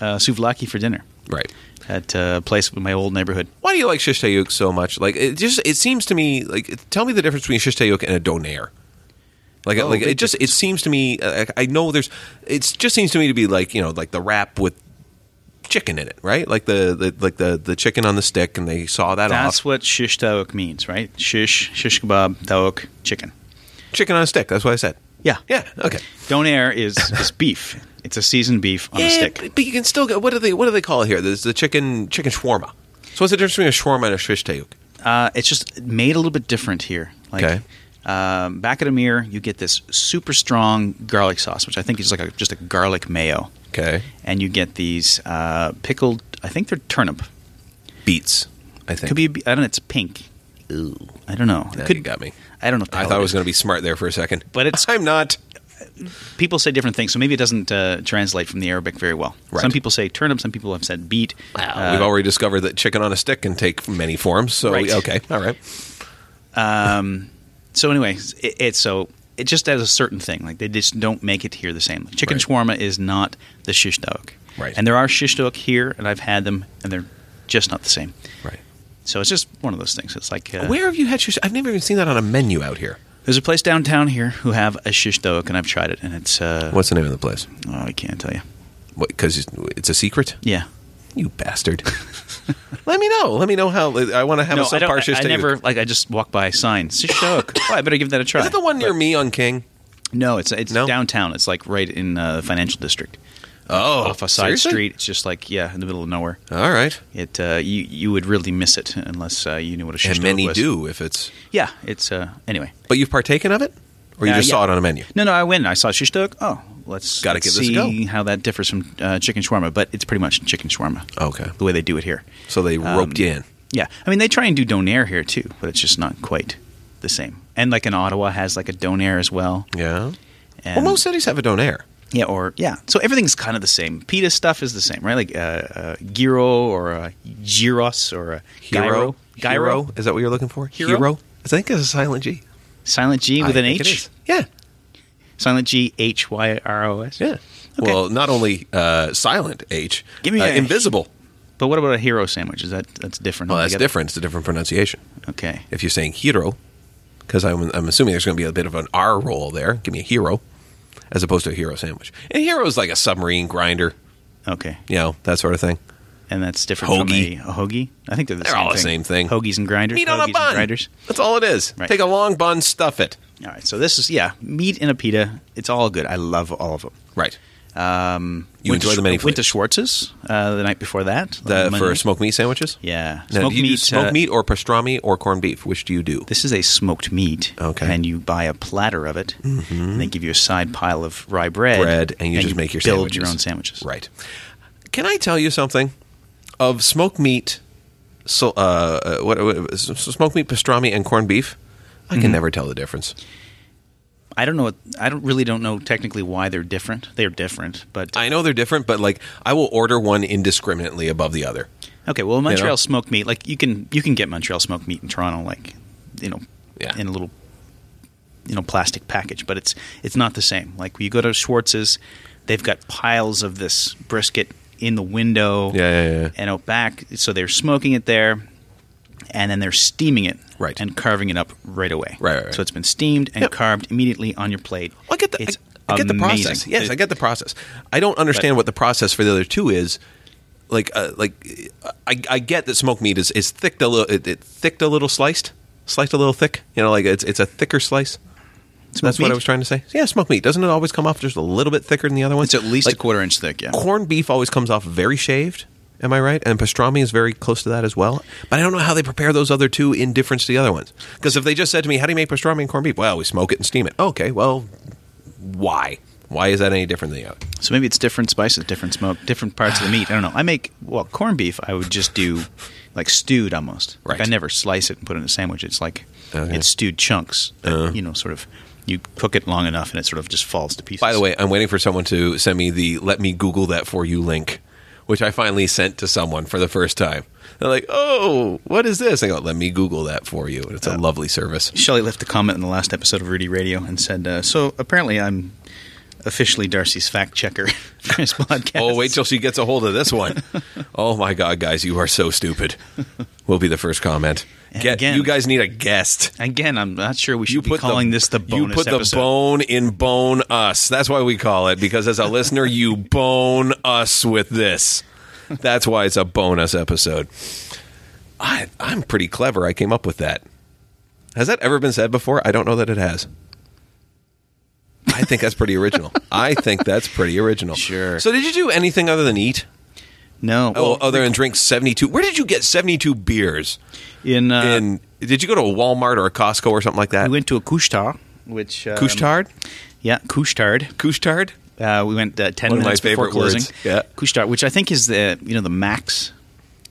Speaker 2: uh, souvlaki for dinner
Speaker 3: right.
Speaker 2: at a place in my old neighborhood.
Speaker 3: Why do you like shish tayuk so much? Like it just it seems to me like it- tell me the difference between shish tayuk and a donair. Like
Speaker 2: Oh,
Speaker 3: like
Speaker 2: big
Speaker 3: it just it seems to me uh, I I know there's it just seems to me to be like you know like the wrap with chicken in it right like the, the like the the chicken on the stick and they saw that off.
Speaker 2: That's what shish taouk means, right? Shish, shish kebab, taouk, chicken.
Speaker 3: Chicken on a stick. That's what I said.
Speaker 2: Yeah.
Speaker 3: Yeah. Okay.
Speaker 2: Donair is, is beef. It's a seasoned beef on a stick.
Speaker 3: But, but you can still get what do they what do they call it here? There's the chicken chicken shawarma. So what's the difference between a shawarma and a shish tayuk?
Speaker 2: Uh, it's just made a little bit different here. Like,
Speaker 3: Okay.
Speaker 2: Um, back at Amir, you get this super strong garlic sauce, which I think is like a, just a garlic mayo,
Speaker 3: Okay.
Speaker 2: and you get these uh, pickled. I think they're turnip.
Speaker 3: Beets. I think.
Speaker 2: Could be. I don't. know, It's pink.
Speaker 3: Ooh.
Speaker 2: I don't know.
Speaker 3: Now
Speaker 2: Could-
Speaker 3: you got me.
Speaker 2: I don't know. If the
Speaker 3: I
Speaker 2: hell
Speaker 3: thought I
Speaker 2: it
Speaker 3: was
Speaker 2: is.
Speaker 3: going to be smart there for a second,
Speaker 2: But it's-
Speaker 3: I'm not.
Speaker 2: people say different things, so maybe it doesn't uh, translate from the Arabic very well.
Speaker 3: Right.
Speaker 2: Some people say turnip, some people have said beet. Uh,
Speaker 3: We've already discovered that chicken on a stick can take many forms. So
Speaker 2: Right.
Speaker 3: okay, all right.
Speaker 2: Um, so anyway, it, it's so it just has a certain thing. Like they just don't make it here the same. Like, chicken shawarma is not the shish taouk.
Speaker 3: Right.
Speaker 2: And there are shish taouk here, and I've had them, and they're just not the same.
Speaker 3: Right.
Speaker 2: So it's just one of those things. It's like uh,
Speaker 3: Where have you had shish? I've never even seen that on a menu out here.
Speaker 2: there's a place downtown here who have a shish taouk, and I've tried it, and it's uh,
Speaker 3: What's the name of the place?
Speaker 2: oh, I can't tell you.
Speaker 3: Because it's a secret.
Speaker 2: Yeah.
Speaker 3: You bastard. Let me know. Let me know how. I want to have a
Speaker 2: I, don't,
Speaker 3: subpar shish
Speaker 2: I, I
Speaker 3: tayuk.
Speaker 2: never like. I just walk by signs. Shish taouk. oh, I better give that a try.
Speaker 3: Is that the one near
Speaker 2: But-
Speaker 3: me on King?
Speaker 2: No, it's it's
Speaker 3: No?
Speaker 2: downtown. It's like right in uh, the financial district.
Speaker 3: Oh,
Speaker 2: off a side
Speaker 3: seriously?
Speaker 2: street. It's just like yeah, in the middle of nowhere.
Speaker 3: All right.
Speaker 2: It uh, you you would really miss it unless uh, you knew what a shish
Speaker 3: And
Speaker 2: kebab
Speaker 3: many
Speaker 2: was.
Speaker 3: do if it's.
Speaker 2: Yeah, it's uh, anyway.
Speaker 3: But you've partaken of it, or you
Speaker 2: Uh,
Speaker 3: just
Speaker 2: yeah.
Speaker 3: saw it on a menu.
Speaker 2: No, no, I went. and I saw shish taouk. Oh, let's,
Speaker 3: Gotta
Speaker 2: let's
Speaker 3: give this a
Speaker 2: see
Speaker 3: go.
Speaker 2: how that differs from uh, chicken shawarma, but it's pretty much chicken shawarma.
Speaker 3: Okay.
Speaker 2: the way they do it here.
Speaker 3: So they
Speaker 2: Um,
Speaker 3: roped you in.
Speaker 2: Yeah, I mean they try and do donair here too, but it's just not quite the same. And like in Ottawa has like a donair as well.
Speaker 3: Yeah.
Speaker 2: And,
Speaker 3: Well, most cities have a donair.
Speaker 2: yeah, or yeah. So everything's kind of the same. Pita stuff is the same, right? Like uh, uh, gyro or uh, gyros or uh, a
Speaker 3: Hero.
Speaker 2: gyro,
Speaker 3: Hero? Is that what you're looking for?
Speaker 2: Hero?
Speaker 3: I think it's a silent G.
Speaker 2: silent G with
Speaker 3: I
Speaker 2: an
Speaker 3: think it
Speaker 2: H,
Speaker 3: is. Yeah.
Speaker 2: silent G H Y R O S.
Speaker 3: Yeah. Well, not only uh, silent H,
Speaker 2: Give me
Speaker 3: uh,
Speaker 2: a-
Speaker 3: invisible.
Speaker 2: But what about a hero sandwich? Is that that's different?
Speaker 3: Well, Oh, that's
Speaker 2: altogether?
Speaker 3: different. It's a different pronunciation.
Speaker 2: Okay.
Speaker 3: If you're saying hero, because I'm, I'm assuming there's going to be a bit of an R roll there. Give me a hero, as opposed to a hero sandwich. And hero is like a submarine grinder,
Speaker 2: Okay.
Speaker 3: you know, that sort of thing.
Speaker 2: And that's different
Speaker 3: Hoagie.
Speaker 2: from a, a hoagie. I think they're the
Speaker 3: They're
Speaker 2: same
Speaker 3: all the
Speaker 2: thing.
Speaker 3: same thing.
Speaker 2: Hoagies and grinders.
Speaker 3: Meat on
Speaker 2: hoagies
Speaker 3: a
Speaker 2: and
Speaker 3: bun.
Speaker 2: grinders.
Speaker 3: That's all it is.
Speaker 2: Right.
Speaker 3: Take a long bun, stuff it.
Speaker 2: All right. So this is yeah, meat in a pita. It's all good. I love all of them.
Speaker 3: Right.
Speaker 2: Um,
Speaker 3: You
Speaker 2: went to
Speaker 3: enjoy
Speaker 2: Sch-
Speaker 3: the many
Speaker 2: Went to
Speaker 3: flavors.
Speaker 2: Schwartz's uh, the night before that.
Speaker 3: The,
Speaker 2: on Monday.
Speaker 3: for smoked meat sandwiches?
Speaker 2: Yeah,
Speaker 3: Now,
Speaker 2: smoked
Speaker 3: do you do
Speaker 2: meat,
Speaker 3: smoked
Speaker 2: uh,
Speaker 3: meat or pastrami or corned beef? Which do you do?
Speaker 2: This is a smoked meat.
Speaker 3: Okay. Mm-hmm.
Speaker 2: And you buy a platter of it, and they give you a side pile of rye bread.
Speaker 3: bread and you just make your
Speaker 2: build
Speaker 3: sandwiches.
Speaker 2: your own sandwiches.
Speaker 3: Right. Can I tell you something? Of smoked meat, so uh, uh, what, what s- smoked meat pastrami and corned beef, I
Speaker 2: Mm-hmm.
Speaker 3: can never tell the difference.
Speaker 2: I don't know. What, I don't really don't know technically why they're different. They're different, but
Speaker 3: I know they're different, but like I will order one indiscriminately above the other.
Speaker 2: okay. Well, Montreal smoked meat, like you can you can get Montreal smoked meat in Toronto, like you know,
Speaker 3: Yeah.
Speaker 2: in a little you know plastic package, but it's it's not the same. Like you go to Schwartz's, they've got piles of this brisket in the window,
Speaker 3: Yeah, yeah, yeah.
Speaker 2: and out back. So they're smoking it there, and then they're steaming it,
Speaker 3: Right.
Speaker 2: and carving it up right away,
Speaker 3: Right, right, right.
Speaker 2: So it's been steamed and
Speaker 3: Yep.
Speaker 2: carved immediately on your plate.
Speaker 3: I get the
Speaker 2: It's
Speaker 3: I, I get the
Speaker 2: amazing.
Speaker 3: process. Yes, I get the process. I don't understand
Speaker 2: But-
Speaker 3: what the process for the other two is. Like uh, like uh, I, I get that smoked meat is is thick a little it, it thicked a little sliced sliced a little thick. You know, like it's it's a thicker slice. That's what I was trying to say. Yeah, smoked meat doesn't it always come off just a little bit thicker than the other one?
Speaker 2: It's at least
Speaker 3: like,
Speaker 2: a quarter inch thick. Yeah.
Speaker 3: Corned beef always comes off very shaved. Am I right? And pastrami is very close to that as well. But I don't know how they prepare those other two in difference to the other ones. Because if they just said to me, "How do you make pastrami and corned beef?" Well, we smoke it and steam it. Okay, well, why? Why is that any different than the other?
Speaker 2: So maybe it's different spices, different smoke, different parts of the meat. I don't know. I make well corned beef. I would just do like stewed almost. Like,
Speaker 3: Right.
Speaker 2: I never slice it and put it in a sandwich. It's like
Speaker 3: Okay. Uh-huh.
Speaker 2: it's stewed chunks. That, You know, sort of. You cook it long enough, and it sort of just falls to pieces.
Speaker 3: By the way, I'm waiting for someone to send me the "Let me Google that for you" link, which I finally sent to someone for the first time. They're like, "Oh, what is this?" I go, "Let me Google that for you." And it's a lovely service.
Speaker 2: Shelley left a comment in the last episode of Rudy Radio and said, uh, "So apparently, I'm officially Darcy's fact checker for his podcast."
Speaker 3: Oh, wait till she gets a hold of this one. oh my God, guys, you are so stupid. Will be the first comment.
Speaker 2: And
Speaker 3: Get,
Speaker 2: again-
Speaker 3: you guys need a guest.
Speaker 2: Again, I'm not sure we should
Speaker 3: You
Speaker 2: be calling this the bonus
Speaker 3: you put
Speaker 2: episode.
Speaker 3: the bone in bone us. That's why we call it because as a listener, you bone us with this. That's why it's a bonus episode. I, I'm pretty clever. I came up with that. Has that ever been said before? I don't know that it has. I think that's pretty original. I think that's pretty original.
Speaker 2: Sure.
Speaker 3: So, did you do anything other than eat?
Speaker 2: no,
Speaker 3: Oh,
Speaker 2: well,
Speaker 3: other than drink 72. Where did you get 72 beers?
Speaker 2: in uh,
Speaker 3: and did you go to a Walmart or a Costco or something like that?
Speaker 2: we went to a kushtar, which um,
Speaker 3: Couche-tard?
Speaker 2: yeah, kushtard.
Speaker 3: Couche-tard?
Speaker 2: Uh, we went uh, ten
Speaker 3: One of my
Speaker 2: minutes before
Speaker 3: favorite words.
Speaker 2: closing.
Speaker 3: Yeah.
Speaker 2: Couche-tard, which I think is the you know the Max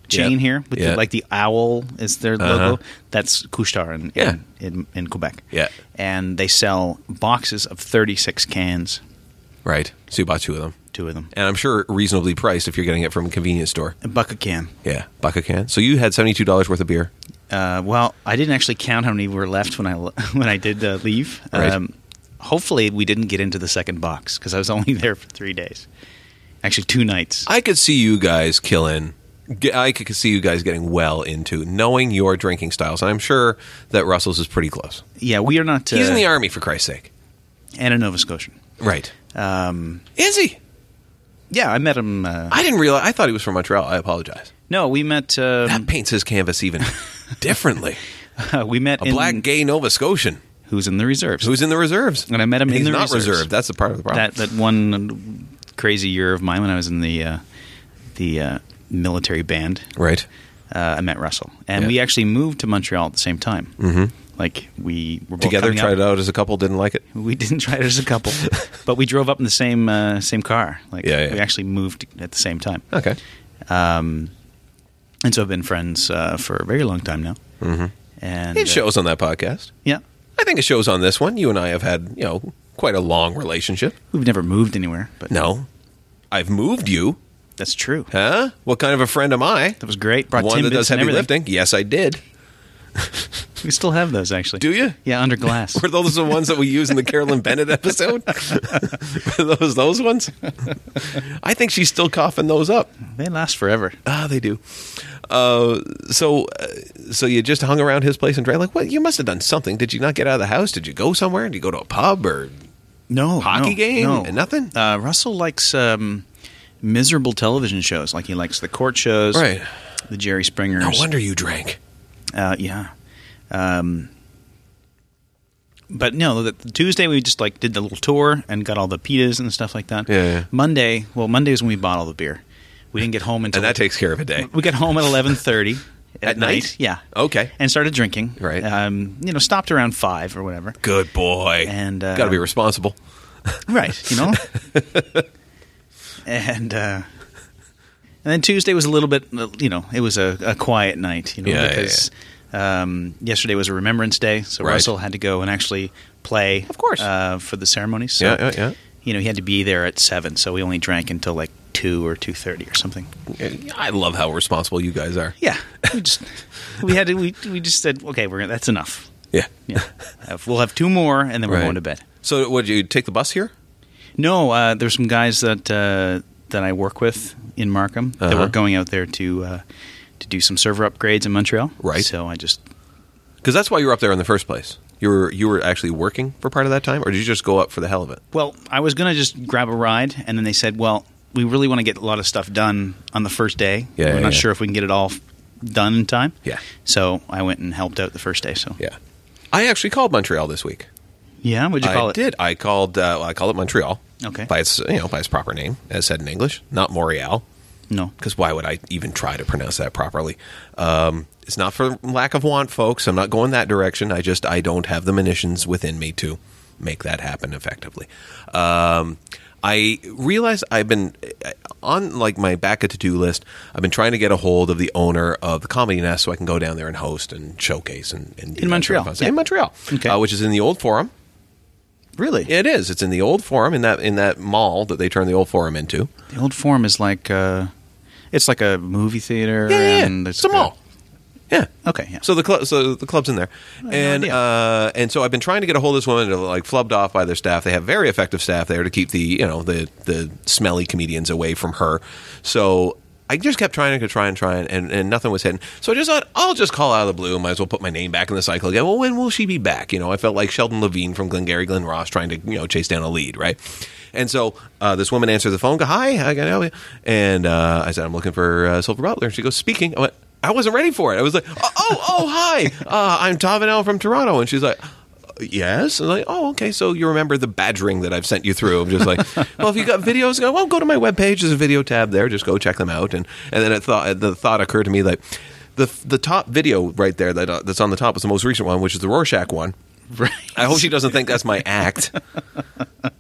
Speaker 2: chain
Speaker 3: Yeah.
Speaker 2: here with
Speaker 3: Yeah.
Speaker 2: the, like the owl is their
Speaker 3: Uh-huh.
Speaker 2: logo. That's Couche-tard in,
Speaker 3: Yeah.
Speaker 2: in, in in Quebec.
Speaker 3: Yeah.
Speaker 2: and they sell boxes of thirty six cans,
Speaker 3: Right. So you bought two of them.
Speaker 2: two of them,
Speaker 3: And I'm sure reasonably priced if you're getting it from a convenience store.
Speaker 2: a buck a can.
Speaker 3: Yeah. Buck a can. So you had $72 worth of beer.
Speaker 2: Uh, well, I didn't actually count how many were left when I le- when I did uh, leave.
Speaker 3: Right.
Speaker 2: hopefully, we didn't get into the second box because I was only there for three days, actually two nights.
Speaker 3: I could see you guys killing. ge- I could see you guys getting well into knowing your drinking styles. And I'm sure that Russell's is pretty close.
Speaker 2: yeah, we are not. Uh,
Speaker 3: He's in the Army, for Christ's sake.
Speaker 2: and a Nova Scotian.
Speaker 3: Right. Um, is he?
Speaker 2: Yeah, I met him. Uh,
Speaker 3: I didn't realize. I thought he was from Montreal. I apologize.
Speaker 2: no, we met.
Speaker 3: That
Speaker 2: Um,
Speaker 3: paints his canvas even differently.
Speaker 2: we met
Speaker 3: A
Speaker 2: in,
Speaker 3: black gay Nova Scotian
Speaker 2: who's in the reserves.
Speaker 3: who's in the reserves.
Speaker 2: And I met him
Speaker 3: He's
Speaker 2: in the
Speaker 3: not
Speaker 2: reserves.
Speaker 3: reserved. That's the part of the problem.
Speaker 2: that that one crazy year of mine when I was in the uh, the uh, military band.
Speaker 3: right.
Speaker 2: Uh, I met Russell, and
Speaker 3: Yeah.
Speaker 2: we actually moved to Montreal at the same time. Mm-hmm. Like we were both
Speaker 3: Together,
Speaker 2: coming up-
Speaker 3: tried it out as a couple, didn't like it.
Speaker 2: We didn't try it as a couple, but we drove up in the same uh, same car. Like
Speaker 3: Yeah, yeah.
Speaker 2: we actually moved at the same time.
Speaker 3: Okay.
Speaker 2: Um, and so I've been friends uh, for a very long time now. Mm-hmm. And
Speaker 3: It
Speaker 2: uh,
Speaker 3: shows on that podcast.
Speaker 2: yeah,
Speaker 3: I think it shows on this one. You and I have had, you know, quite a long relationship.
Speaker 2: we've never moved anywhere, but
Speaker 3: No. I've moved you.
Speaker 2: that's true.
Speaker 3: Huh? What kind of a friend am I?
Speaker 2: That was great. Brought
Speaker 3: One that
Speaker 2: Timbits
Speaker 3: does
Speaker 2: and
Speaker 3: heavy
Speaker 2: everything.
Speaker 3: lifting? Yes, I did.
Speaker 2: We still have those actually.
Speaker 3: Do you?
Speaker 2: Yeah, under glass.
Speaker 3: Were those the ones that we used in the Carolyn Bennett episode? Were those those ones? I think she's still coughing those up.
Speaker 2: they last forever.
Speaker 3: Ah, they do. Uh, so, uh, so you just hung around his place and drank. Like, what? You must have done something. Did you not get out of the house? Did you go somewhere? Did you go to a pub or?
Speaker 2: No
Speaker 3: Hockey
Speaker 2: no,
Speaker 3: game?
Speaker 2: No,
Speaker 3: Nothing?
Speaker 2: Uh, Russell likes um, miserable television shows. Like he likes the court shows,
Speaker 3: Right.
Speaker 2: The Jerry Springers.
Speaker 3: No wonder you drank.
Speaker 2: Uh, yeah. Um, but no, the, the Tuesday we just like did the little tour and got all the pitas and stuff like that.
Speaker 3: Yeah, yeah.
Speaker 2: Monday, well, Monday is when we bought all the beer. We didn't get home until
Speaker 3: And that takes care of a day.
Speaker 2: we got home at eleven thirty
Speaker 3: At night?
Speaker 2: Yeah.
Speaker 3: Okay.
Speaker 2: And started drinking.
Speaker 3: Right.
Speaker 2: Um, you know, stopped around five or whatever.
Speaker 3: Good boy.
Speaker 2: And, uh,
Speaker 3: got to be responsible.
Speaker 2: Right. You know. and. uh and then Tuesday was a little bit, you know, it was a, a quiet night, you know,
Speaker 3: Yeah, yeah,
Speaker 2: because Um, yesterday was a Remembrance Day, so
Speaker 3: Right.
Speaker 2: Russell had to go and actually play, of
Speaker 3: course.
Speaker 2: uh, for the ceremony. So,
Speaker 3: Yeah, yeah,
Speaker 2: you know, he had to be there at seven, so we only drank until like two or two thirty or something.
Speaker 3: yeah. I love how responsible you guys are.
Speaker 2: Yeah, we just we had to, we we just said okay, we're gonna, that's enough.
Speaker 3: Yeah.
Speaker 2: Yeah, Have- we'll have two more, and then we're
Speaker 3: Right.
Speaker 2: going to bed.
Speaker 3: So, would you take the bus here?
Speaker 2: No, uh, there's some guys that uh, that I work with in Markham that
Speaker 3: Uh-huh.
Speaker 2: were going out there to uh, to do some server upgrades in Montreal.
Speaker 3: Right.
Speaker 2: So I just
Speaker 3: Because that's why you were up there in the first place. You were you were actually working for part of that time, or did you just go up for the hell of it?
Speaker 2: well, I was gonna just grab a ride, and then they said, well, we really want to get a lot of stuff done on the first day.
Speaker 3: Yeah,
Speaker 2: we're
Speaker 3: yeah,
Speaker 2: not
Speaker 3: yeah.
Speaker 2: sure if we can get it all f- done in time.
Speaker 3: Yeah.
Speaker 2: So I went and helped out the first day. So
Speaker 3: Yeah. I actually called Montreal this week.
Speaker 2: yeah, what'd you call
Speaker 3: I
Speaker 2: it?
Speaker 3: did. I called. Uh, well, I called it Montreal.
Speaker 2: Okay.
Speaker 3: By its you know by its proper name, as said in English, not Montreal.
Speaker 2: No.
Speaker 3: Because why would I even try to pronounce that properly? Um, it's not for lack of want, folks. I'm not going that direction. I just I don't have the munitions within me to make that happen effectively. Um, I realize I've been I- on like my back of to do list. I've been trying to get a hold of the owner of the Comedy Nest so I can go down there and host and showcase and, and do
Speaker 2: In
Speaker 3: that
Speaker 2: Montreal,
Speaker 3: sort of thing.
Speaker 2: yeah.
Speaker 3: in Montreal,
Speaker 2: Okay.
Speaker 3: uh, which is in the old Forum.
Speaker 2: Really?
Speaker 3: It is. It's in the old Forum in that in that mall that they turned the old Forum into.
Speaker 2: The old form is like uh, it's like a movie theater.
Speaker 3: Yeah, yeah,
Speaker 2: and
Speaker 3: yeah.
Speaker 2: it's
Speaker 3: It's a
Speaker 2: like
Speaker 3: mall. Yeah.
Speaker 2: Okay, yeah.
Speaker 3: So the club, so the club's in there, and
Speaker 2: idea.
Speaker 3: uh, and so I've been trying to get a hold of this woman. They're like flubbed off by their staff. They have very effective staff there to keep the you know the the smelly comedians away from her. So I just kept trying to try and try and, and, and nothing was hitting. So I just thought I'll just call out of the blue. Might as well put my name back in the cycle again. Well, when will she be back? You know, I felt like Sheldon Levine from Glengarry Glen Ross trying to you know chase down a lead, right? And so uh, this woman answers the phone. Go hi, I got help you. And uh, I said I'm looking for uh, Silver Butler. And she goes speaking. I went. I wasn't ready for it. I was like, oh, oh, oh hi, uh, I'm Tavanel from Toronto. And she's like, "Uh, yes. And I'm like, oh, okay. So you remember the badgering that I've sent you through. I'm just like, well, if you got videos, go, well, go to my webpage. There's a video tab there. Just go check them out. And, and then it thought, the thought occurred to me that the, the top video right there that, uh, that's on the top is the most recent one, which is the Rorschach one.
Speaker 2: Right.
Speaker 3: I hope she doesn't think that's my act.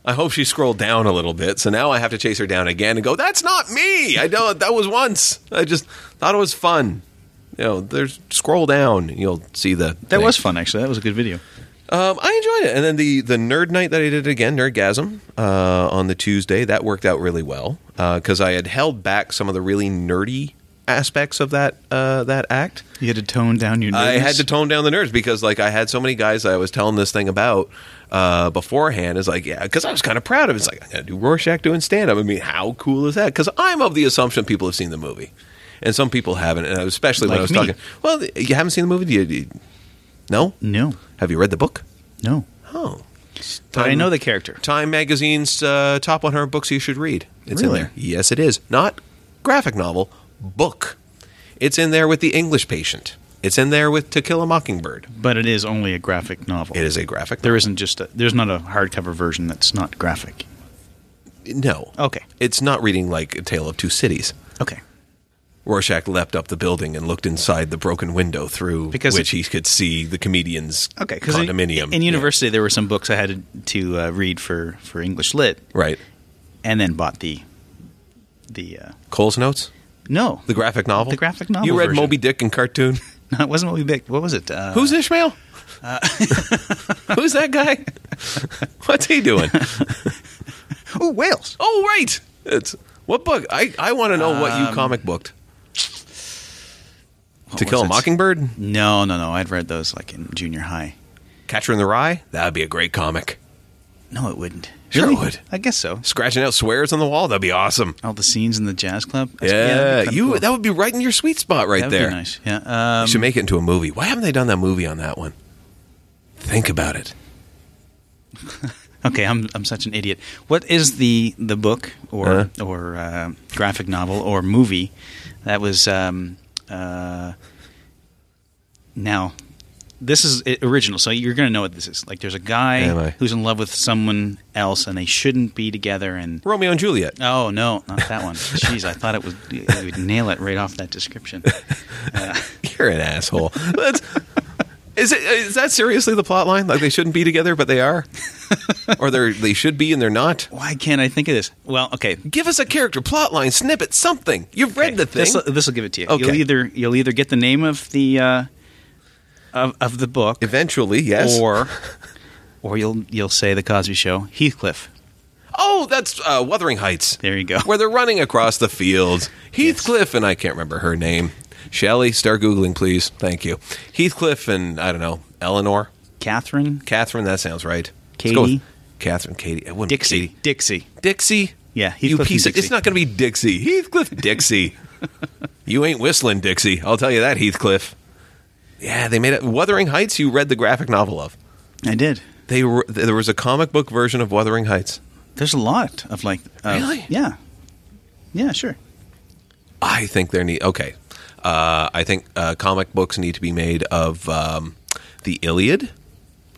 Speaker 3: I hope she scrolled down a little bit. So now I have to chase her down again and go, "That's not me. I don't. That was once. I just thought it was fun." You know, there's scroll down. and You'll see the
Speaker 2: That
Speaker 3: thing.
Speaker 2: was fun, actually. That was a good video.
Speaker 3: Um, I enjoyed it, and then the the nerd night that I did again, nerdgasm uh, on the Tuesday, that worked out really well because I had held back some of the really nerdy aspects of that uh, that act.
Speaker 2: You had to tone down your.
Speaker 3: I
Speaker 2: nerves.
Speaker 3: had to tone down the nerds because like I had so many guys I was telling this thing about uh, beforehand is like yeah because I was kind of proud of it. it's like I'm gonna do Rorschach doing stand up I mean how cool is that because I'm of the assumption people have seen the movie and some people haven't and especially
Speaker 2: Like
Speaker 3: when I was
Speaker 2: me.
Speaker 3: talking well you haven't seen the movie do you, do you- no
Speaker 2: No,
Speaker 3: have you read the book
Speaker 2: no.
Speaker 3: oh
Speaker 2: But I know the character.
Speaker 3: Time magazine's uh, top 100 books you should read. It's
Speaker 2: Really?
Speaker 3: in there. Yes, it is. Not graphic novel, book. It's in there with The English Patient. It's in there with To Kill a Mockingbird.
Speaker 2: But it is only a graphic novel.
Speaker 3: It is a graphic.
Speaker 2: There isn't just a. There's not a hardcover version that's not graphic.
Speaker 3: no.
Speaker 2: Okay.
Speaker 3: It's not reading like A Tale of Two Cities.
Speaker 2: Okay.
Speaker 3: Rorschach leapt up the building and looked inside the broken window through
Speaker 2: Because-
Speaker 3: which he could see the comedian's
Speaker 2: Okay, because
Speaker 3: condominium.
Speaker 2: in,
Speaker 3: Yeah.
Speaker 2: university there were some books I had to uh, read for for English lit,
Speaker 3: Right.
Speaker 2: and then bought the the uh,
Speaker 3: Cole's notes?
Speaker 2: no
Speaker 3: The graphic novel?
Speaker 2: The graphic novel
Speaker 3: You read
Speaker 2: version.
Speaker 3: Moby Dick in cartoon?
Speaker 2: no it wasn't what we picked. What was it? Uh,
Speaker 3: Who's Ishmael? Uh, Who's that guy? What's he doing?
Speaker 2: oh Wales?
Speaker 3: Oh, right. It's what book? I, I want to know what you comic booked. to
Speaker 2: Um, was
Speaker 3: Kill a
Speaker 2: it?
Speaker 3: Mockingbird?
Speaker 2: No no no I'd read those like in junior high.
Speaker 3: Catcher in the Rye? That'd be a great comic.
Speaker 2: No, it wouldn't.
Speaker 3: Sure it
Speaker 2: Really?
Speaker 3: would.
Speaker 2: I guess so.
Speaker 3: Scratching out swears on the wall? That'd be awesome.
Speaker 2: All the scenes in the jazz club. That's- that'd
Speaker 3: Yeah,
Speaker 2: be kinda
Speaker 3: you
Speaker 2: cool.
Speaker 3: that would be right in your sweet spot right
Speaker 2: That would
Speaker 3: there.
Speaker 2: Be nice. Yeah. Um,
Speaker 3: You should make it into a movie. Why haven't they done that movie on that one? Think about it.
Speaker 2: okay, I'm I'm such an idiot. What is the the book or
Speaker 3: Huh?
Speaker 2: or uh, graphic novel or movie that was um, uh, now? This is i- original, so you're going to know what this is. Like, there's a
Speaker 3: Am
Speaker 2: guy
Speaker 3: I?
Speaker 2: who's in love with someone else, and they shouldn't be together. And
Speaker 3: Romeo and Juliet.
Speaker 2: oh no, not that one. Jeez, I thought it was I would nail it right off that description. Uh,
Speaker 3: You're an asshole. That's, is it is that seriously the plot line? Like they shouldn't be together, but they are, or they are they should be and they're not.
Speaker 2: Why can't I think of this? Well, okay,
Speaker 3: Give us a character plot line snippet, something. You've read the thing.
Speaker 2: This will give it to you.
Speaker 3: Okay.
Speaker 2: You'll either you'll either get the name of the uh, of of the book,
Speaker 3: Eventually, yes.
Speaker 2: or or you'll you'll say the Cosby Show, Heathcliff.
Speaker 3: oh, that's uh, Wuthering Heights.
Speaker 2: There you go.
Speaker 3: Where they're running across the fields. Heathcliff and I can't remember her name. Shelley, start googling, please. Thank you. Heathcliff and I don't know Eleanor,
Speaker 2: Catherine,
Speaker 3: Catherine. That sounds right. Let's go with
Speaker 2: Katie.
Speaker 3: Catherine, Katie. It wouldn't be
Speaker 2: Dixie,
Speaker 3: Katie.
Speaker 2: Dixie.
Speaker 3: Dixie.
Speaker 2: Yeah,
Speaker 3: you
Speaker 2: Heathcliff and
Speaker 3: piece of,
Speaker 2: Dixie.
Speaker 3: It's not going to be Dixie. Heathcliff Dixie. you ain't whistling Dixie. I'll tell you that, Heathcliff. Yeah, they made it. Wuthering Heights. You read the graphic novel of.
Speaker 2: I did.
Speaker 3: They were, there was a comic book version of Wuthering Heights.
Speaker 2: There's a lot of like. of-
Speaker 3: Really?
Speaker 2: Yeah. Yeah. Sure.
Speaker 3: I think there need okay. Uh, I think uh, comic books need to be made of um, the Iliad.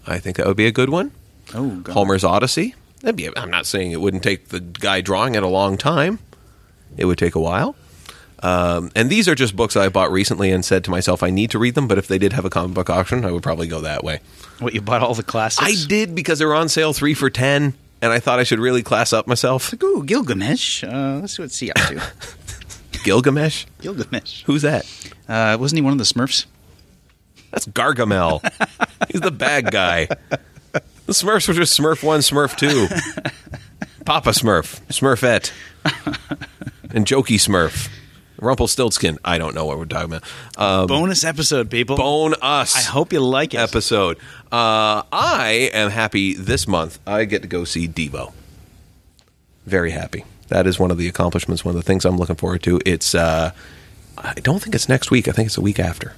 Speaker 3: I think that would be a good one.
Speaker 2: Oh, God.
Speaker 3: Homer's Odyssey. That'd be. I'm not saying it wouldn't take the guy drawing it a long time. It would take a while. Um, and these are just books I bought recently and said to myself, I need to read them. But if they did have a comic book auction, I would probably go that way.
Speaker 2: What you bought all the classics?
Speaker 3: I did because they were on sale three for ten, and I thought I should really class up myself.
Speaker 2: Ooh, Gilgamesh. Uh, let's see what C up to.
Speaker 3: Gilgamesh.
Speaker 2: Gilgamesh.
Speaker 3: Who's that?
Speaker 2: Uh, wasn't he one of the Smurfs?
Speaker 3: That's Gargamel. He's the bad guy. The Smurfs were just Smurf 1, Smurf 2. Papa Smurf, Smurfette, and Jokey Smurf. Rumpelstiltskin. I don't know what we're talking about. Um,
Speaker 2: Bonus episode, people.
Speaker 3: bone Us
Speaker 2: I hope you like it.
Speaker 3: episode. Uh, I am happy this month. I get to go see Devo. Very happy. That is one of the accomplishments, one of the things I'm looking forward to. It's, uh, I don't think it's next week. I think it's the week after.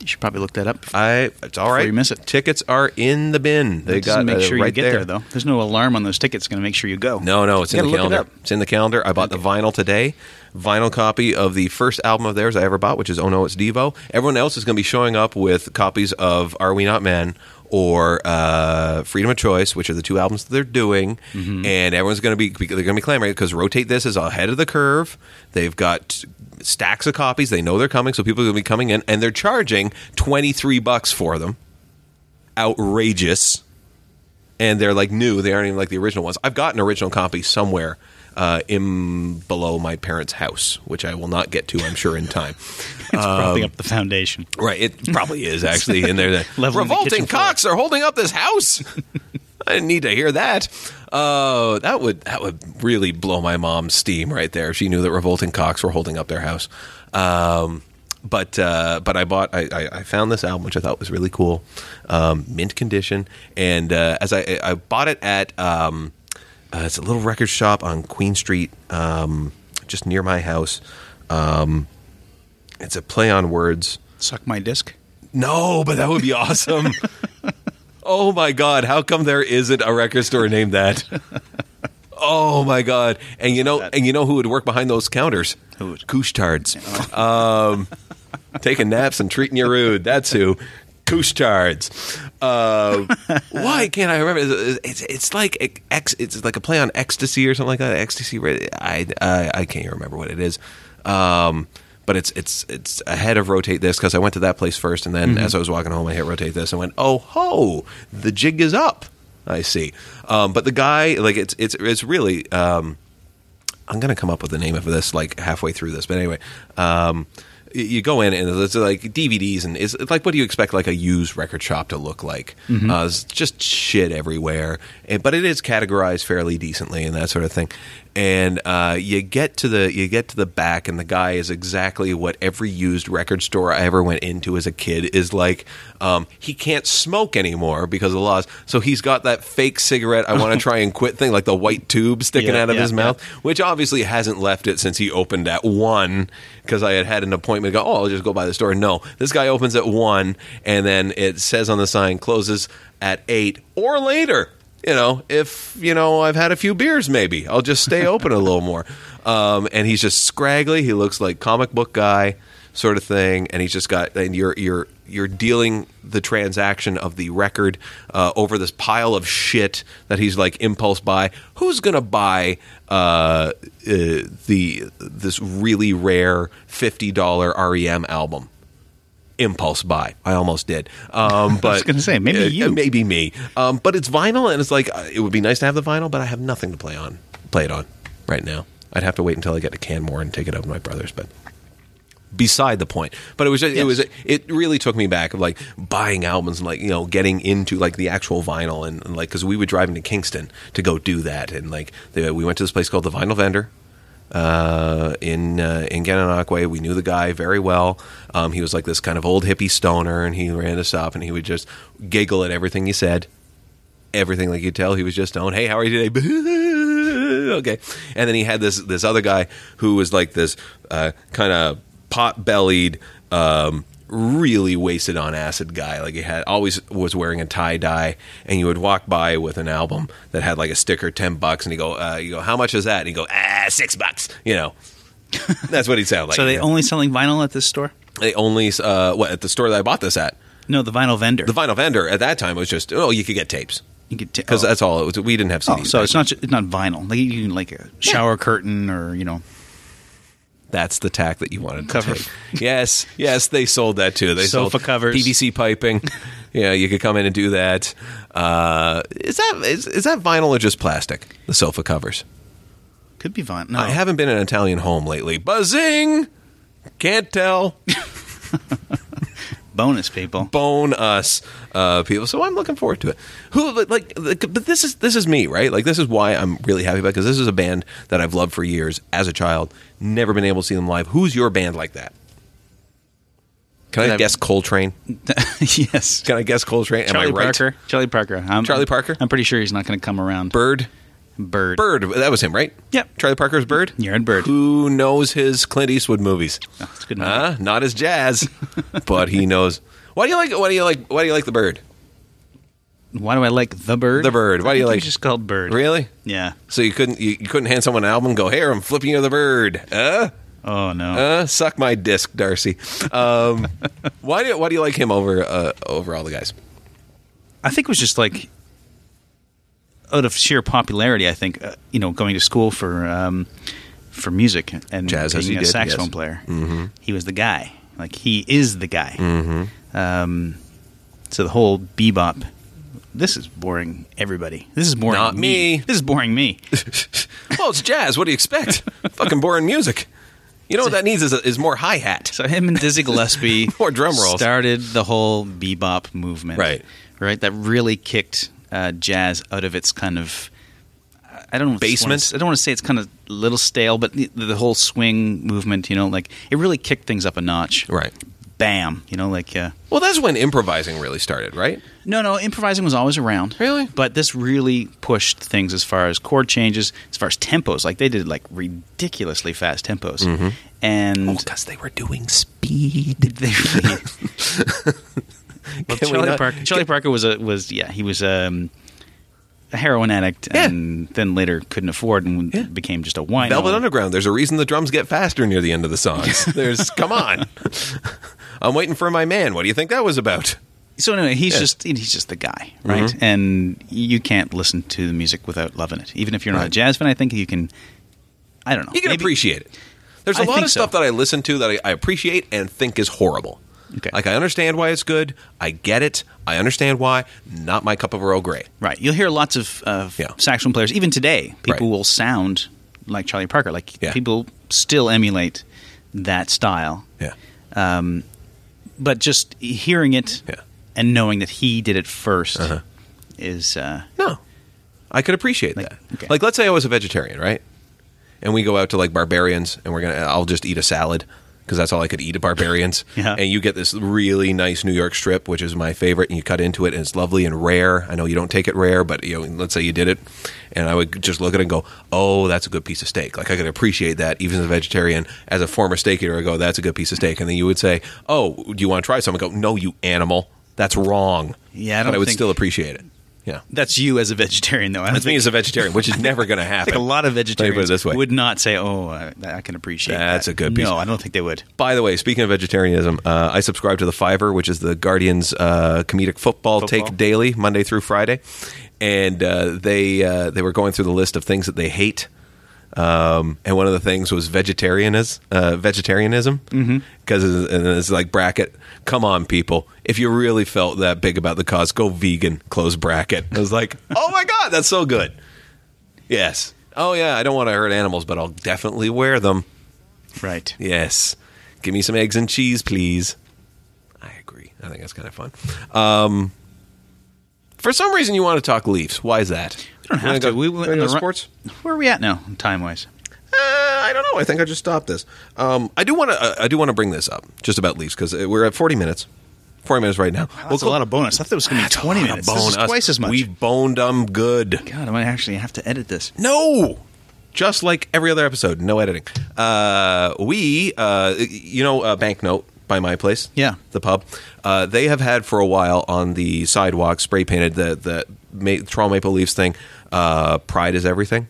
Speaker 2: you should probably look that up.
Speaker 3: I it's all right.
Speaker 2: you miss it.
Speaker 3: Tickets are in the bin. They
Speaker 2: It doesn't
Speaker 3: got
Speaker 2: make
Speaker 3: uh,
Speaker 2: sure you
Speaker 3: right
Speaker 2: get there. though. There's no alarm on those tickets going to make sure you go.
Speaker 3: No, no, it's
Speaker 2: You
Speaker 3: in the
Speaker 2: gotta look it
Speaker 3: calendar.
Speaker 2: up.
Speaker 3: It's in the calendar. I bought the vinyl today. Vinyl copy of the first album of theirs I ever bought, which is Oh No It's Devo. Everyone else is going to be showing up with copies of Are We Not Men or uh, Freedom of Choice, which are the two albums that they're doing,
Speaker 2: Mm-hmm.
Speaker 3: and everyone's going to be they're going to be clamoring because Rotate This is ahead of the curve. They've got stacks of copies. They know they're coming, so people are going to be coming in, and they're charging twenty three bucks for them. Outrageous and they're like new. They aren't even like the original ones. I've got an original copy somewhere uh, in below my parents' house, which I will not get to, I'm sure, in time.
Speaker 2: It's propping
Speaker 3: Um,
Speaker 2: up the foundation.
Speaker 3: right? It probably is actually in there. The,
Speaker 2: Leveling the
Speaker 3: revolting
Speaker 2: kitchen floor.
Speaker 3: cocks are holding up this house. I didn't need to hear that. Uh, that would that would really blow my mom's steam right there. if She knew that revolting cocks were holding up their house. Um, but uh, but I bought I, I, I found this album which I thought was really cool, um, mint condition. And uh, as I I bought it at um, uh, it's a little record shop on Queen Street, um, just near my house. Um, it's a play on words.
Speaker 2: Suck my disc.
Speaker 3: No, but that would be awesome. oh my god, how come there isn't a record store named that? Oh my god. And you know and you know who would work behind those counters?
Speaker 2: Who would?
Speaker 3: Couchetards. Um taking naps and treating you rude. That's who. Couchetards. Uh, why can't I remember? It's, it's, it's like ex, it's like a play on ecstasy or something like that. Ecstasy. I I, I can't even remember what it is. Um, but it's it's it's ahead of rotate this because I went to that place first, and then as I was walking home, I hit rotate this and went, oh ho, the jig is up. I see. Um, but the guy, like, it's it's it's really. Um, I'm gonna come up with the name of this like halfway through this, but anyway, um, y- you go in and it's like DVDs and it's it's like what do you expect like a used record shop to look like?
Speaker 2: Mm-hmm.
Speaker 3: Uh, it's just shit everywhere, and, but it is categorized fairly decently and that sort of thing. And uh, you get to the you get to the back, and the guy is exactly what every used record store I ever went into as a kid is like. Um, he can't smoke anymore because of the laws, so he's got that fake cigarette. I want to try and quit thing, like the white tube sticking
Speaker 2: Yeah,
Speaker 3: out of
Speaker 2: yeah,
Speaker 3: his
Speaker 2: yeah.
Speaker 3: mouth which obviously hasn't left it since he opened at one because I had had an appointment. Go, oh, I'll just go by the store. No, this guy opens at one, and then it says on the sign closes at eight or later. You know, if you know I've had a few beers, maybe I'll just stay open a little more. Um, and he's just scraggly. He looks like comic book guy sort of thing, and he's just got and you're you're you're dealing the transaction of the record uh, over this pile of shit that he's like impulse buy. Who's gonna buy uh, uh, the this really rare fifty dollar REM album? impulse buy. I almost did. Um, but
Speaker 2: gonna say, maybe
Speaker 3: Uh,
Speaker 2: you.
Speaker 3: maybe me. Um, but it's vinyl, and it's like uh, it would be nice to have the vinyl, but I have nothing to play on, play it on right now. I'd have to wait until I get to Canmore and take it up to my brother's. But beside the point. But it was just, it was it really took me back of like buying albums and like you know getting into like the actual vinyl and, and like because we would drive into Kingston to go do that and like the, we went to this place called the Vinyl Vendor. Uh, in uh, in Gananoque, we knew the guy very well. Um, he was like this kind of old hippie stoner, and he ran us up, and he would just giggle at everything he said everything like you could tell he was just on hey how are you today okay and then he had this this other guy who was like this uh, kind of pot-bellied um, really wasted on acid guy like he had always was wearing a tie-dye and you would walk by with an album that had like a sticker 10 bucks and you go uh, you go how much is that and he go ah six bucks you know that's what he sounded like
Speaker 2: So are they
Speaker 3: you know.
Speaker 2: only selling vinyl at this store?
Speaker 3: they only uh, what at the store that i bought this at
Speaker 2: No, the vinyl vendor.
Speaker 3: the vinyl vendor at that time was just oh you could get tapes because
Speaker 2: because
Speaker 3: that's all it was we didn't have
Speaker 2: oh,
Speaker 3: CDs
Speaker 2: so
Speaker 3: back
Speaker 2: it's not ju- it's not vinyl. Like you can like a shower curtain or you know
Speaker 3: That's the tack that you wanted to
Speaker 2: Cover.
Speaker 3: take. Yes, yes, they sold that too. They
Speaker 2: Sofa
Speaker 3: sold
Speaker 2: covers.
Speaker 3: PVC piping. yeah, you could come in and do that. Uh, is that is, is that vinyl or just plastic? The sofa covers.
Speaker 2: could be vinyl. No,
Speaker 3: I haven't been in an Italian home lately. Buzzing, can't tell.
Speaker 2: bonus people.
Speaker 3: bone us uh, people. So I'm looking forward to it. Who but, like, like but this is this is me, right? Like this is why I'm really happy about because this is a band that I've loved for years as a child, never been able to see them live. Who's your band like that? Can I
Speaker 2: I've-
Speaker 3: guess Coltrane?
Speaker 2: yes.
Speaker 3: Can I guess Coltrane? Am
Speaker 2: Charlie
Speaker 3: I right?
Speaker 2: Parker. Charlie Parker. I'm,
Speaker 3: Charlie Parker?
Speaker 2: I'm pretty sure he's not going to come around.
Speaker 3: Bird.
Speaker 2: Bird.
Speaker 3: Bird. That was him, right?
Speaker 2: Yep.
Speaker 3: Charlie Parker's Bird.
Speaker 2: You're in Bird.
Speaker 3: Who knows his Clint Eastwood movies?
Speaker 2: That's a good. movie.
Speaker 3: Huh? Not his jazz, but he knows. Why do you like? Why do you like? Why do you like the bird?
Speaker 2: Why do I like the bird?
Speaker 3: The Bird. Why
Speaker 2: I
Speaker 3: do you
Speaker 2: think
Speaker 3: like-
Speaker 2: it's Just called bird.
Speaker 3: Really?
Speaker 2: Yeah.
Speaker 3: So you couldn't you, you couldn't hand someone an album and go, here, I'm flipping you the bird. Uh,
Speaker 2: Oh no.
Speaker 3: uh, suck my disc, Darcy. Um, why do why do you like him over uh, over all the guys?
Speaker 2: I think it was just like out of sheer popularity. I think uh, you know, going to school for um, for music and
Speaker 3: Jazz, as
Speaker 2: being
Speaker 3: you
Speaker 2: a
Speaker 3: did,
Speaker 2: saxophone
Speaker 3: yes. Mm-hmm.
Speaker 2: player, he was the guy. Like he is the guy.
Speaker 3: Mm-hmm.
Speaker 2: Um, so the whole bebop. This is boring. Everybody. This is boring.
Speaker 3: Not me.
Speaker 2: This is boring. Me.
Speaker 3: Well, it's jazz. What do you expect? Fucking boring music. You know what that needs is, a, is more hi hat.
Speaker 2: So him and Dizzy Gillespie
Speaker 3: More drum rolls.
Speaker 2: started the whole bebop movement,
Speaker 3: Right.
Speaker 2: Right, that really kicked uh, jazz out of its kind of I don't know,
Speaker 3: Basement?
Speaker 2: I don't want to say it's kind of a little stale, but the, the whole swing movement, you know, like it really kicked things up a notch.
Speaker 3: Right.
Speaker 2: Bam, you know, like uh,
Speaker 3: Well, that's when improvising really started, right?
Speaker 2: no, no, improvising was always around.
Speaker 3: Really?
Speaker 2: But this really pushed things as far as chord changes, as far as tempos. Like they did like ridiculously fast tempos,
Speaker 3: Mm-hmm.
Speaker 2: and
Speaker 3: Because they were doing speed.
Speaker 2: they really Well,
Speaker 3: Can we
Speaker 2: Charlie
Speaker 3: not-
Speaker 2: Parker. Charlie Parker was a was yeah he was um, a heroin addict
Speaker 3: Yeah.
Speaker 2: and then later couldn't afford and
Speaker 3: Yeah.
Speaker 2: became just a wine.
Speaker 3: Velvet Underground. There's a reason the drums get faster near the end of the songs. There's come on. I'm waiting for my man. What do you think that was about?
Speaker 2: So anyway, he's
Speaker 3: Yeah. Mm-hmm.
Speaker 2: just he's just the guy, right? And you can't listen to the music without loving it, even if you're not a
Speaker 3: Right.
Speaker 2: jazz fan. I think you can. I don't know.
Speaker 3: You can
Speaker 2: Maybe-
Speaker 3: appreciate it. There's a
Speaker 2: I
Speaker 3: lot
Speaker 2: think
Speaker 3: of stuff
Speaker 2: so.
Speaker 3: that I listen to that I, I appreciate and think is horrible.
Speaker 2: Okay.
Speaker 3: Like I understand why it's good. I get it. I understand why. Not my cup of Earl Grey.
Speaker 2: Right. You'll hear lots of, of
Speaker 3: Yeah.
Speaker 2: saxophone players, even today, people
Speaker 3: Right.
Speaker 2: will sound like Charlie Parker. Like
Speaker 3: Yeah.
Speaker 2: people still emulate that style.
Speaker 3: Yeah.
Speaker 2: But just hearing it
Speaker 3: Yeah. Uh-huh.
Speaker 2: and knowing that he did it 1st is. Uh,
Speaker 3: No. I could appreciate
Speaker 2: Like,
Speaker 3: that.
Speaker 2: okay.
Speaker 3: Like let's say I was a vegetarian, right? And we go out to like barbarians and we're going to I'll just eat a salad because that's all I could eat at barbarians.
Speaker 2: Yeah.
Speaker 3: And you get this really nice New York strip, which is my favorite, and you cut into it and it's lovely and rare. I know you don't take it rare, but you know, let's say you did it and I would just look at it and go, "Oh, that's a good piece of steak." Like I could appreciate that even as a vegetarian as a former steak eater, I go, "That's a good piece of steak." And then you would say, "Oh, do you want to try some?" I go, "No, you animal. That's wrong."
Speaker 2: Yeah, I
Speaker 3: but
Speaker 2: don't
Speaker 3: I would
Speaker 2: think-
Speaker 3: still appreciate it. Yeah.
Speaker 2: that's you as a vegetarian, though. I don't
Speaker 3: That's me
Speaker 2: think-
Speaker 3: as a vegetarian, which is never going to
Speaker 2: I
Speaker 3: happen.
Speaker 2: think a lot of
Speaker 3: Let me
Speaker 2: vegetarians
Speaker 3: put it this way.
Speaker 2: would not say, "Oh, I, I can appreciate
Speaker 3: That's
Speaker 2: that."
Speaker 3: a good piece.
Speaker 2: No, I don't think they would.
Speaker 3: By the way, speaking of vegetarianism, uh, I subscribe to the Fiverr, which is the Guardian's uh, comedic football, take daily, Monday through Friday, and uh, they uh, they were going through the list of things that they hate. Um, and one of the things was vegetarianism, uh, vegetarianism, because mm and it's like bracket. Come on, people! If you really felt that big about the cause, go vegan. Close bracket. I was like, oh my god, that's so good. Yes. Oh yeah, I don't want to hurt animals, but I'll definitely wear them.
Speaker 2: Right.
Speaker 3: Yes. Give me some eggs and cheese, please. I agree. I think that's kind of fun. Um, for some reason, you want to talk Leafs. Why is that?
Speaker 2: We don't have to. We went
Speaker 3: wanna
Speaker 2: on
Speaker 3: go
Speaker 2: the run-
Speaker 3: sports.
Speaker 2: Where are we at now, time wise?
Speaker 3: Uh, I don't know. I think I just stopped this. Um, I do want to. Uh, I do want to bring this up just about Leafs because we're at forty minutes. Forty minutes right now.
Speaker 2: Well, that's a lot of bonus. I thought it was going to be twenty minutes. This is twice as much.
Speaker 3: We boned them good.
Speaker 2: God, I might actually have to edit this.
Speaker 3: No. Just like every other episode, no editing. Uh, we, uh, you know, uh, banknote by my place.
Speaker 2: Yeah.
Speaker 3: the pub. Uh, they have had for a while on the sidewalk spray painted the the Ma- Toronto Maple Leafs thing. Uh, Pride is everything.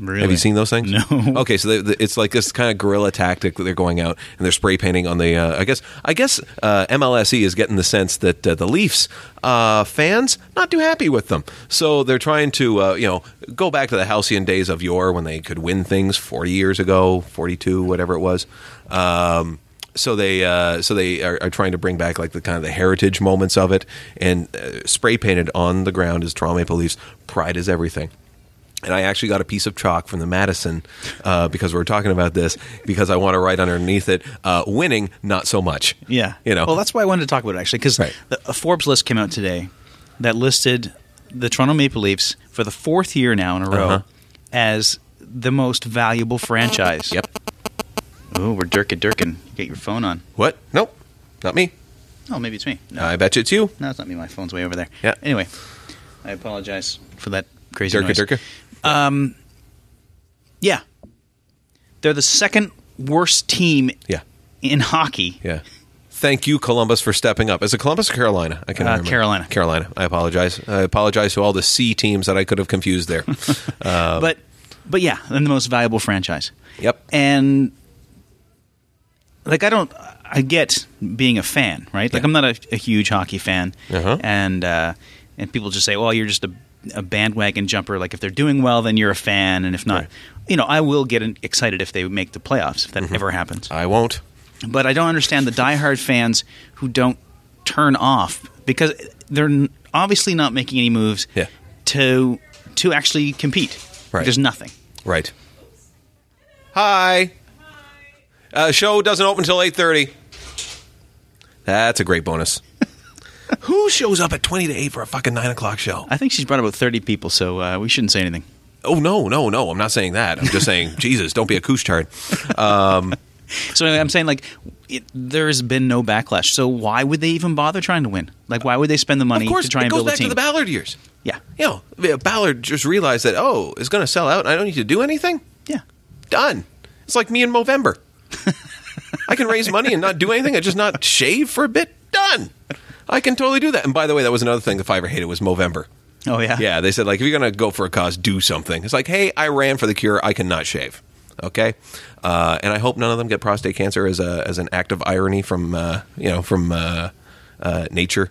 Speaker 2: Really?
Speaker 3: Have you seen those things?
Speaker 2: No.
Speaker 3: Okay, so they, they, it's like this kind of guerrilla tactic that they're going out and they're spray painting on the. Uh, I guess I guess uh, MLSE is getting the sense that uh, the Leafs uh, fans not too happy with them, so they're trying to uh, you know go back to the halcyon days of yore when they could win things forty years ago, forty two, whatever it was. Um, so they uh, so they are, are trying to bring back like the kind of the heritage moments of it, and uh, spray painted on the ground is Toronto Maple Leafs. Pride is everything. And I actually got a piece of chalk from the Madison uh, because we were talking about this because I want to write underneath it, uh, winning not so much.
Speaker 2: Yeah.
Speaker 3: you know.
Speaker 2: Well, that's why I wanted to talk about it actually because
Speaker 3: Right.
Speaker 2: a Forbes list came out today that listed the Toronto Maple Leafs for the fourth year now in a row
Speaker 3: Uh-huh.
Speaker 2: as the most valuable franchise.
Speaker 3: Yep.
Speaker 2: Oh, we're Dirkin Durkin. Get your phone on.
Speaker 3: What? Nope. Not me.
Speaker 2: Oh, maybe it's me. No,
Speaker 3: I bet you it's you.
Speaker 2: no, it's not me. My phone's way over there.
Speaker 3: Yeah.
Speaker 2: Anyway, I apologize for that crazy
Speaker 3: Durka
Speaker 2: noise.
Speaker 3: Durka.
Speaker 2: Yeah. They're the second worst team
Speaker 3: Yeah.
Speaker 2: in hockey.
Speaker 3: Yeah. Thank you, Columbus, for stepping up. Is it Columbus or Carolina? I can't
Speaker 2: Uh,
Speaker 3: remember.
Speaker 2: Carolina.
Speaker 3: Carolina. I apologize. I apologize to all the C teams that I could have confused there. uh,
Speaker 2: but but yeah, and the most valuable franchise.
Speaker 3: yep.
Speaker 2: And like I don't I get being a fan, right? Like
Speaker 3: Yeah.
Speaker 2: I'm not a, a huge hockey fan.
Speaker 3: Uh-huh.
Speaker 2: And uh and people just say, "Well, you're just a a bandwagon jumper. Like if they're doing well, then you're a fan, and if not,
Speaker 3: Right.
Speaker 2: you know, I will get excited if they make the playoffs if that
Speaker 3: Mm-hmm.
Speaker 2: ever happens.
Speaker 3: I won't.
Speaker 2: but I don't understand the diehard fans who don't turn off because they're n- obviously not making any moves
Speaker 3: Yeah.
Speaker 2: to to actually compete.
Speaker 3: Right.
Speaker 2: There's nothing.
Speaker 3: Right. Hi. Uh, show doesn't open until eight thirty. That's a great bonus. Who shows up at twenty to eight for a fucking nine o'clock show?
Speaker 2: I think she's brought about 30 people, so uh, we shouldn't say anything.
Speaker 3: Oh no, no, no! I'm not saying that. I'm just saying, Jesus, don't be a couche-tard.
Speaker 2: So anyway, I'm saying like it, there's been no backlash. So why would they even bother trying to win? Like why would they spend the money
Speaker 3: Of course,
Speaker 2: to try
Speaker 3: it
Speaker 2: and
Speaker 3: goes
Speaker 2: build
Speaker 3: back
Speaker 2: a team?
Speaker 3: to the Ballard years.
Speaker 2: yeah,
Speaker 3: You know, Ballard just realized that oh, it's going to sell out. and I don't need to do anything.
Speaker 2: yeah.
Speaker 3: Done. It's like me in Movember. I can raise money and not do anything. I just not shave for a bit. Done. I can totally do that. And by the way, that was another thing the Fiverr hated was Movember.
Speaker 2: Oh yeah,
Speaker 3: Yeah, they said like if you're gonna go for a cause, do something. It's like, hey, I ran for the cure. I cannot shave. Okay, uh, and I hope none of them get prostate cancer as a as an act of irony from uh, you know from uh, uh, nature.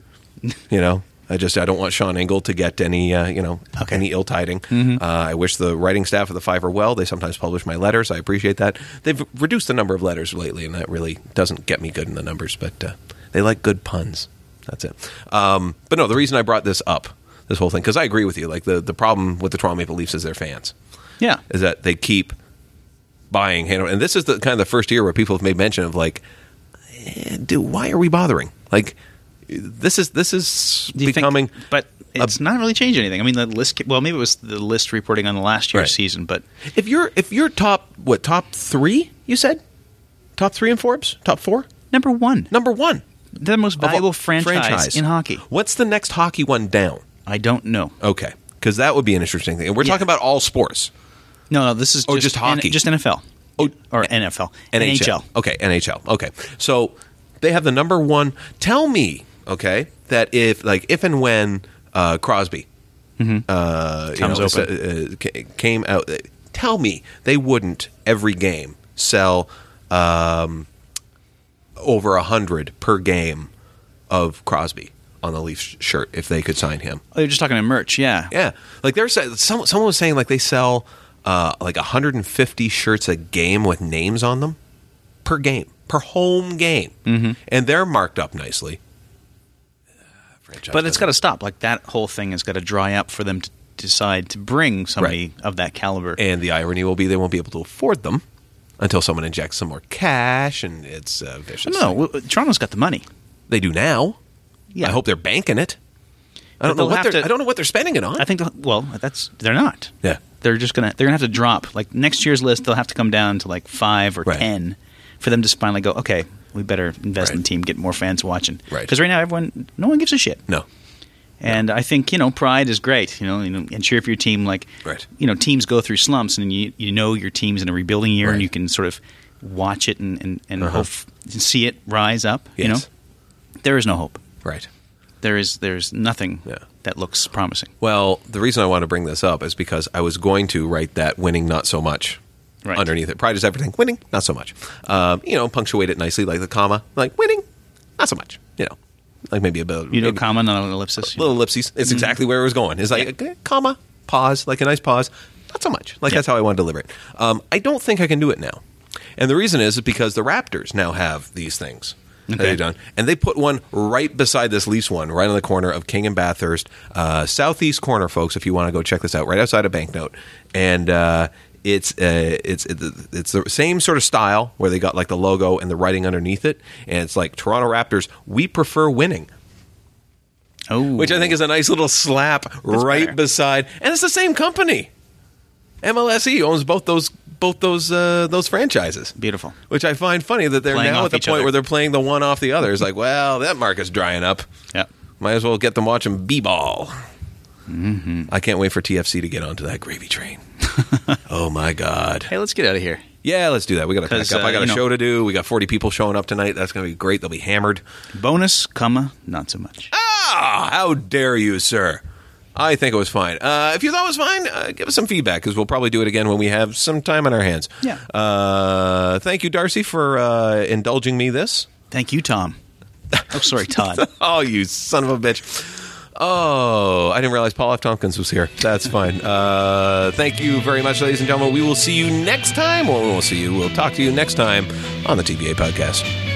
Speaker 3: You know, I just I don't want Sean Engel to get any uh, you know any ill tiding. Uh, I wish the writing staff of the Five are well. They sometimes publish my letters. I appreciate that. They've reduced the number of letters lately, and that really doesn't get me good in the numbers. But uh, they like good puns. That's it. Um, but no, the reason I brought this up, this whole thing, because I agree with you. Like the the problem with the Toronto Maple Leafs is their fans
Speaker 2: Yeah.
Speaker 3: is that they keep buying Hanover. And this is the kind of the first year where people have made mention of like, eh, dude, why are we bothering? Like, this is this is
Speaker 2: Do you think-
Speaker 3: becoming.
Speaker 2: but it's not really changed anything. I mean, the list. Well, maybe it was the list reporting on the last year's
Speaker 3: Right.
Speaker 2: season, but
Speaker 3: if you're if you're top what top three you said, top three in Forbes, top four,
Speaker 2: number one,
Speaker 3: number one
Speaker 2: the most
Speaker 3: of all-
Speaker 2: valuable franchise, in hockey.
Speaker 3: What's the next hockey one down?
Speaker 2: I don't know.
Speaker 3: Okay, because that would be an interesting thing. And we're
Speaker 2: Yeah.
Speaker 3: talking about all sports.
Speaker 2: No, no, this is
Speaker 3: Oh,
Speaker 2: just,
Speaker 3: just hockey.
Speaker 2: N- just NFL.
Speaker 3: Oh,
Speaker 2: or NFL.
Speaker 3: NHL. Okay, NHL. Okay. So they have the number one. Tell me, okay, that if like if and when uh, Crosby uh, you
Speaker 2: Comes
Speaker 3: know,
Speaker 2: open.
Speaker 3: uh, uh, ca- came out, tell me they wouldn't every game sell um, over a hundred per game of Crosby on the Leafs shirt if they could sign him.
Speaker 2: Oh, you're just talking to merch, yeah.
Speaker 3: Yeah, like there's some, someone was saying like they sell uh, like 150 shirts a game with names on them per game, per home game, mm-hmm. and they're marked up nicely. Uh, franchise
Speaker 2: But it's
Speaker 3: doesn't-
Speaker 2: got to stop. Like that whole thing has got to dry up for them to decide to bring somebody of that caliber.
Speaker 3: and the irony will be they won't be able to afford them until someone injects some more cash, and it's uh, vicious.
Speaker 2: no,
Speaker 3: cycle.
Speaker 2: well, Toronto's got the money.
Speaker 3: they do now.
Speaker 2: Yeah.
Speaker 3: I hope they're banking it. I don't
Speaker 2: But
Speaker 3: know
Speaker 2: they'll
Speaker 3: what
Speaker 2: have
Speaker 3: they're.
Speaker 2: to-
Speaker 3: I don't know what they're spending it on.
Speaker 2: I think. the- Well, that's they're not.
Speaker 3: Yeah.
Speaker 2: they're just gonna they're gonna have to drop like next year's list. They'll have to come down to like five or
Speaker 3: Right.
Speaker 2: ten for them to just finally go. Okay, we better invest in the
Speaker 3: Right.
Speaker 2: team, get more fans watching.
Speaker 3: Right.
Speaker 2: Because right now everyone, no one gives a shit.
Speaker 3: no.
Speaker 2: And I think you know pride is great. You know, you know, and cheer for your team. Like,
Speaker 3: Right.
Speaker 2: you know, teams go through slumps, and you you know your team's in a rebuilding year,
Speaker 3: Right.
Speaker 2: and you can sort of watch it and and, and
Speaker 3: Uh-huh.
Speaker 2: hope see it rise up. You
Speaker 3: Yes.
Speaker 2: know, there is no hope.
Speaker 3: Right.
Speaker 2: There is there's nothing
Speaker 3: Yeah.
Speaker 2: that looks promising.
Speaker 3: Well, the reason I want to bring this up is because I was going to write that winning not so much
Speaker 2: Right.
Speaker 3: underneath it. Pride is everything. Winning not so much. Um, you know, punctuate it nicely, like the comma, like winning not so much. You know, like maybe a bit.
Speaker 2: You know,
Speaker 3: maybe-
Speaker 2: comma, not an ellipsis. you know?
Speaker 3: little ellipses.
Speaker 2: Mm-hmm.
Speaker 3: It's exactly where it was going. It's like a comma, pause, like a nice pause. Not so much. Like
Speaker 2: Yeah.
Speaker 3: that's how I want to deliver it. Um, I don't think I can do it now, and the reason is because the Raptors now have these things. that
Speaker 2: Okay.
Speaker 3: they've done, and they put one right beside this Leafs one, right on the corner of King and Bathurst, uh, southeast corner, folks. If you want to go check this out, right outside of Banknote, and uh, it's uh, it's it's the same sort of style where they got like the logo and the writing underneath it, and it's like Toronto Raptors. We prefer winning
Speaker 2: Oh,
Speaker 3: which I think is a nice little slap right
Speaker 2: better.
Speaker 3: beside, and it's the same company. MLSE E owns both those both those uh, those franchises,
Speaker 2: beautiful.
Speaker 3: which I find funny that they're
Speaker 2: Playing
Speaker 3: now
Speaker 2: off
Speaker 3: at the
Speaker 2: each
Speaker 3: point
Speaker 2: other.
Speaker 3: where they're playing the one off the other. It's like, well, that market's drying up.
Speaker 2: Yeah.
Speaker 3: Might as well get them watching b-ball.
Speaker 2: Mm-hmm.
Speaker 3: I can't wait for TFC to get onto that gravy train. oh my god!
Speaker 2: Hey, let's get out of here.
Speaker 3: Yeah, let's do that. We got to pack
Speaker 2: 'Cause,
Speaker 3: up.
Speaker 2: uh,
Speaker 3: I got a
Speaker 2: you know-
Speaker 3: show to do. We got forty people showing up tonight. That's going to be great. They'll be hammered.
Speaker 2: Bonus, comma, not so much.
Speaker 3: Ah, how dare you, sir? I think it was fine. Uh, if you thought it was fine, uh, give us some feedback because we'll probably do it again when we have some time on our hands.
Speaker 2: Yeah.
Speaker 3: Uh, thank you, Darcy, for uh, indulging me this.
Speaker 2: Thank you, Tom. Oh, sorry, Todd.
Speaker 3: Oh, you son of a bitch. Oh, I didn't realize Paul F. Tompkins was here. That's fine. Uh, thank you very much, ladies and gentlemen. We will see you next time. Well, we won't see you. We'll talk to you next time on the TBA podcast.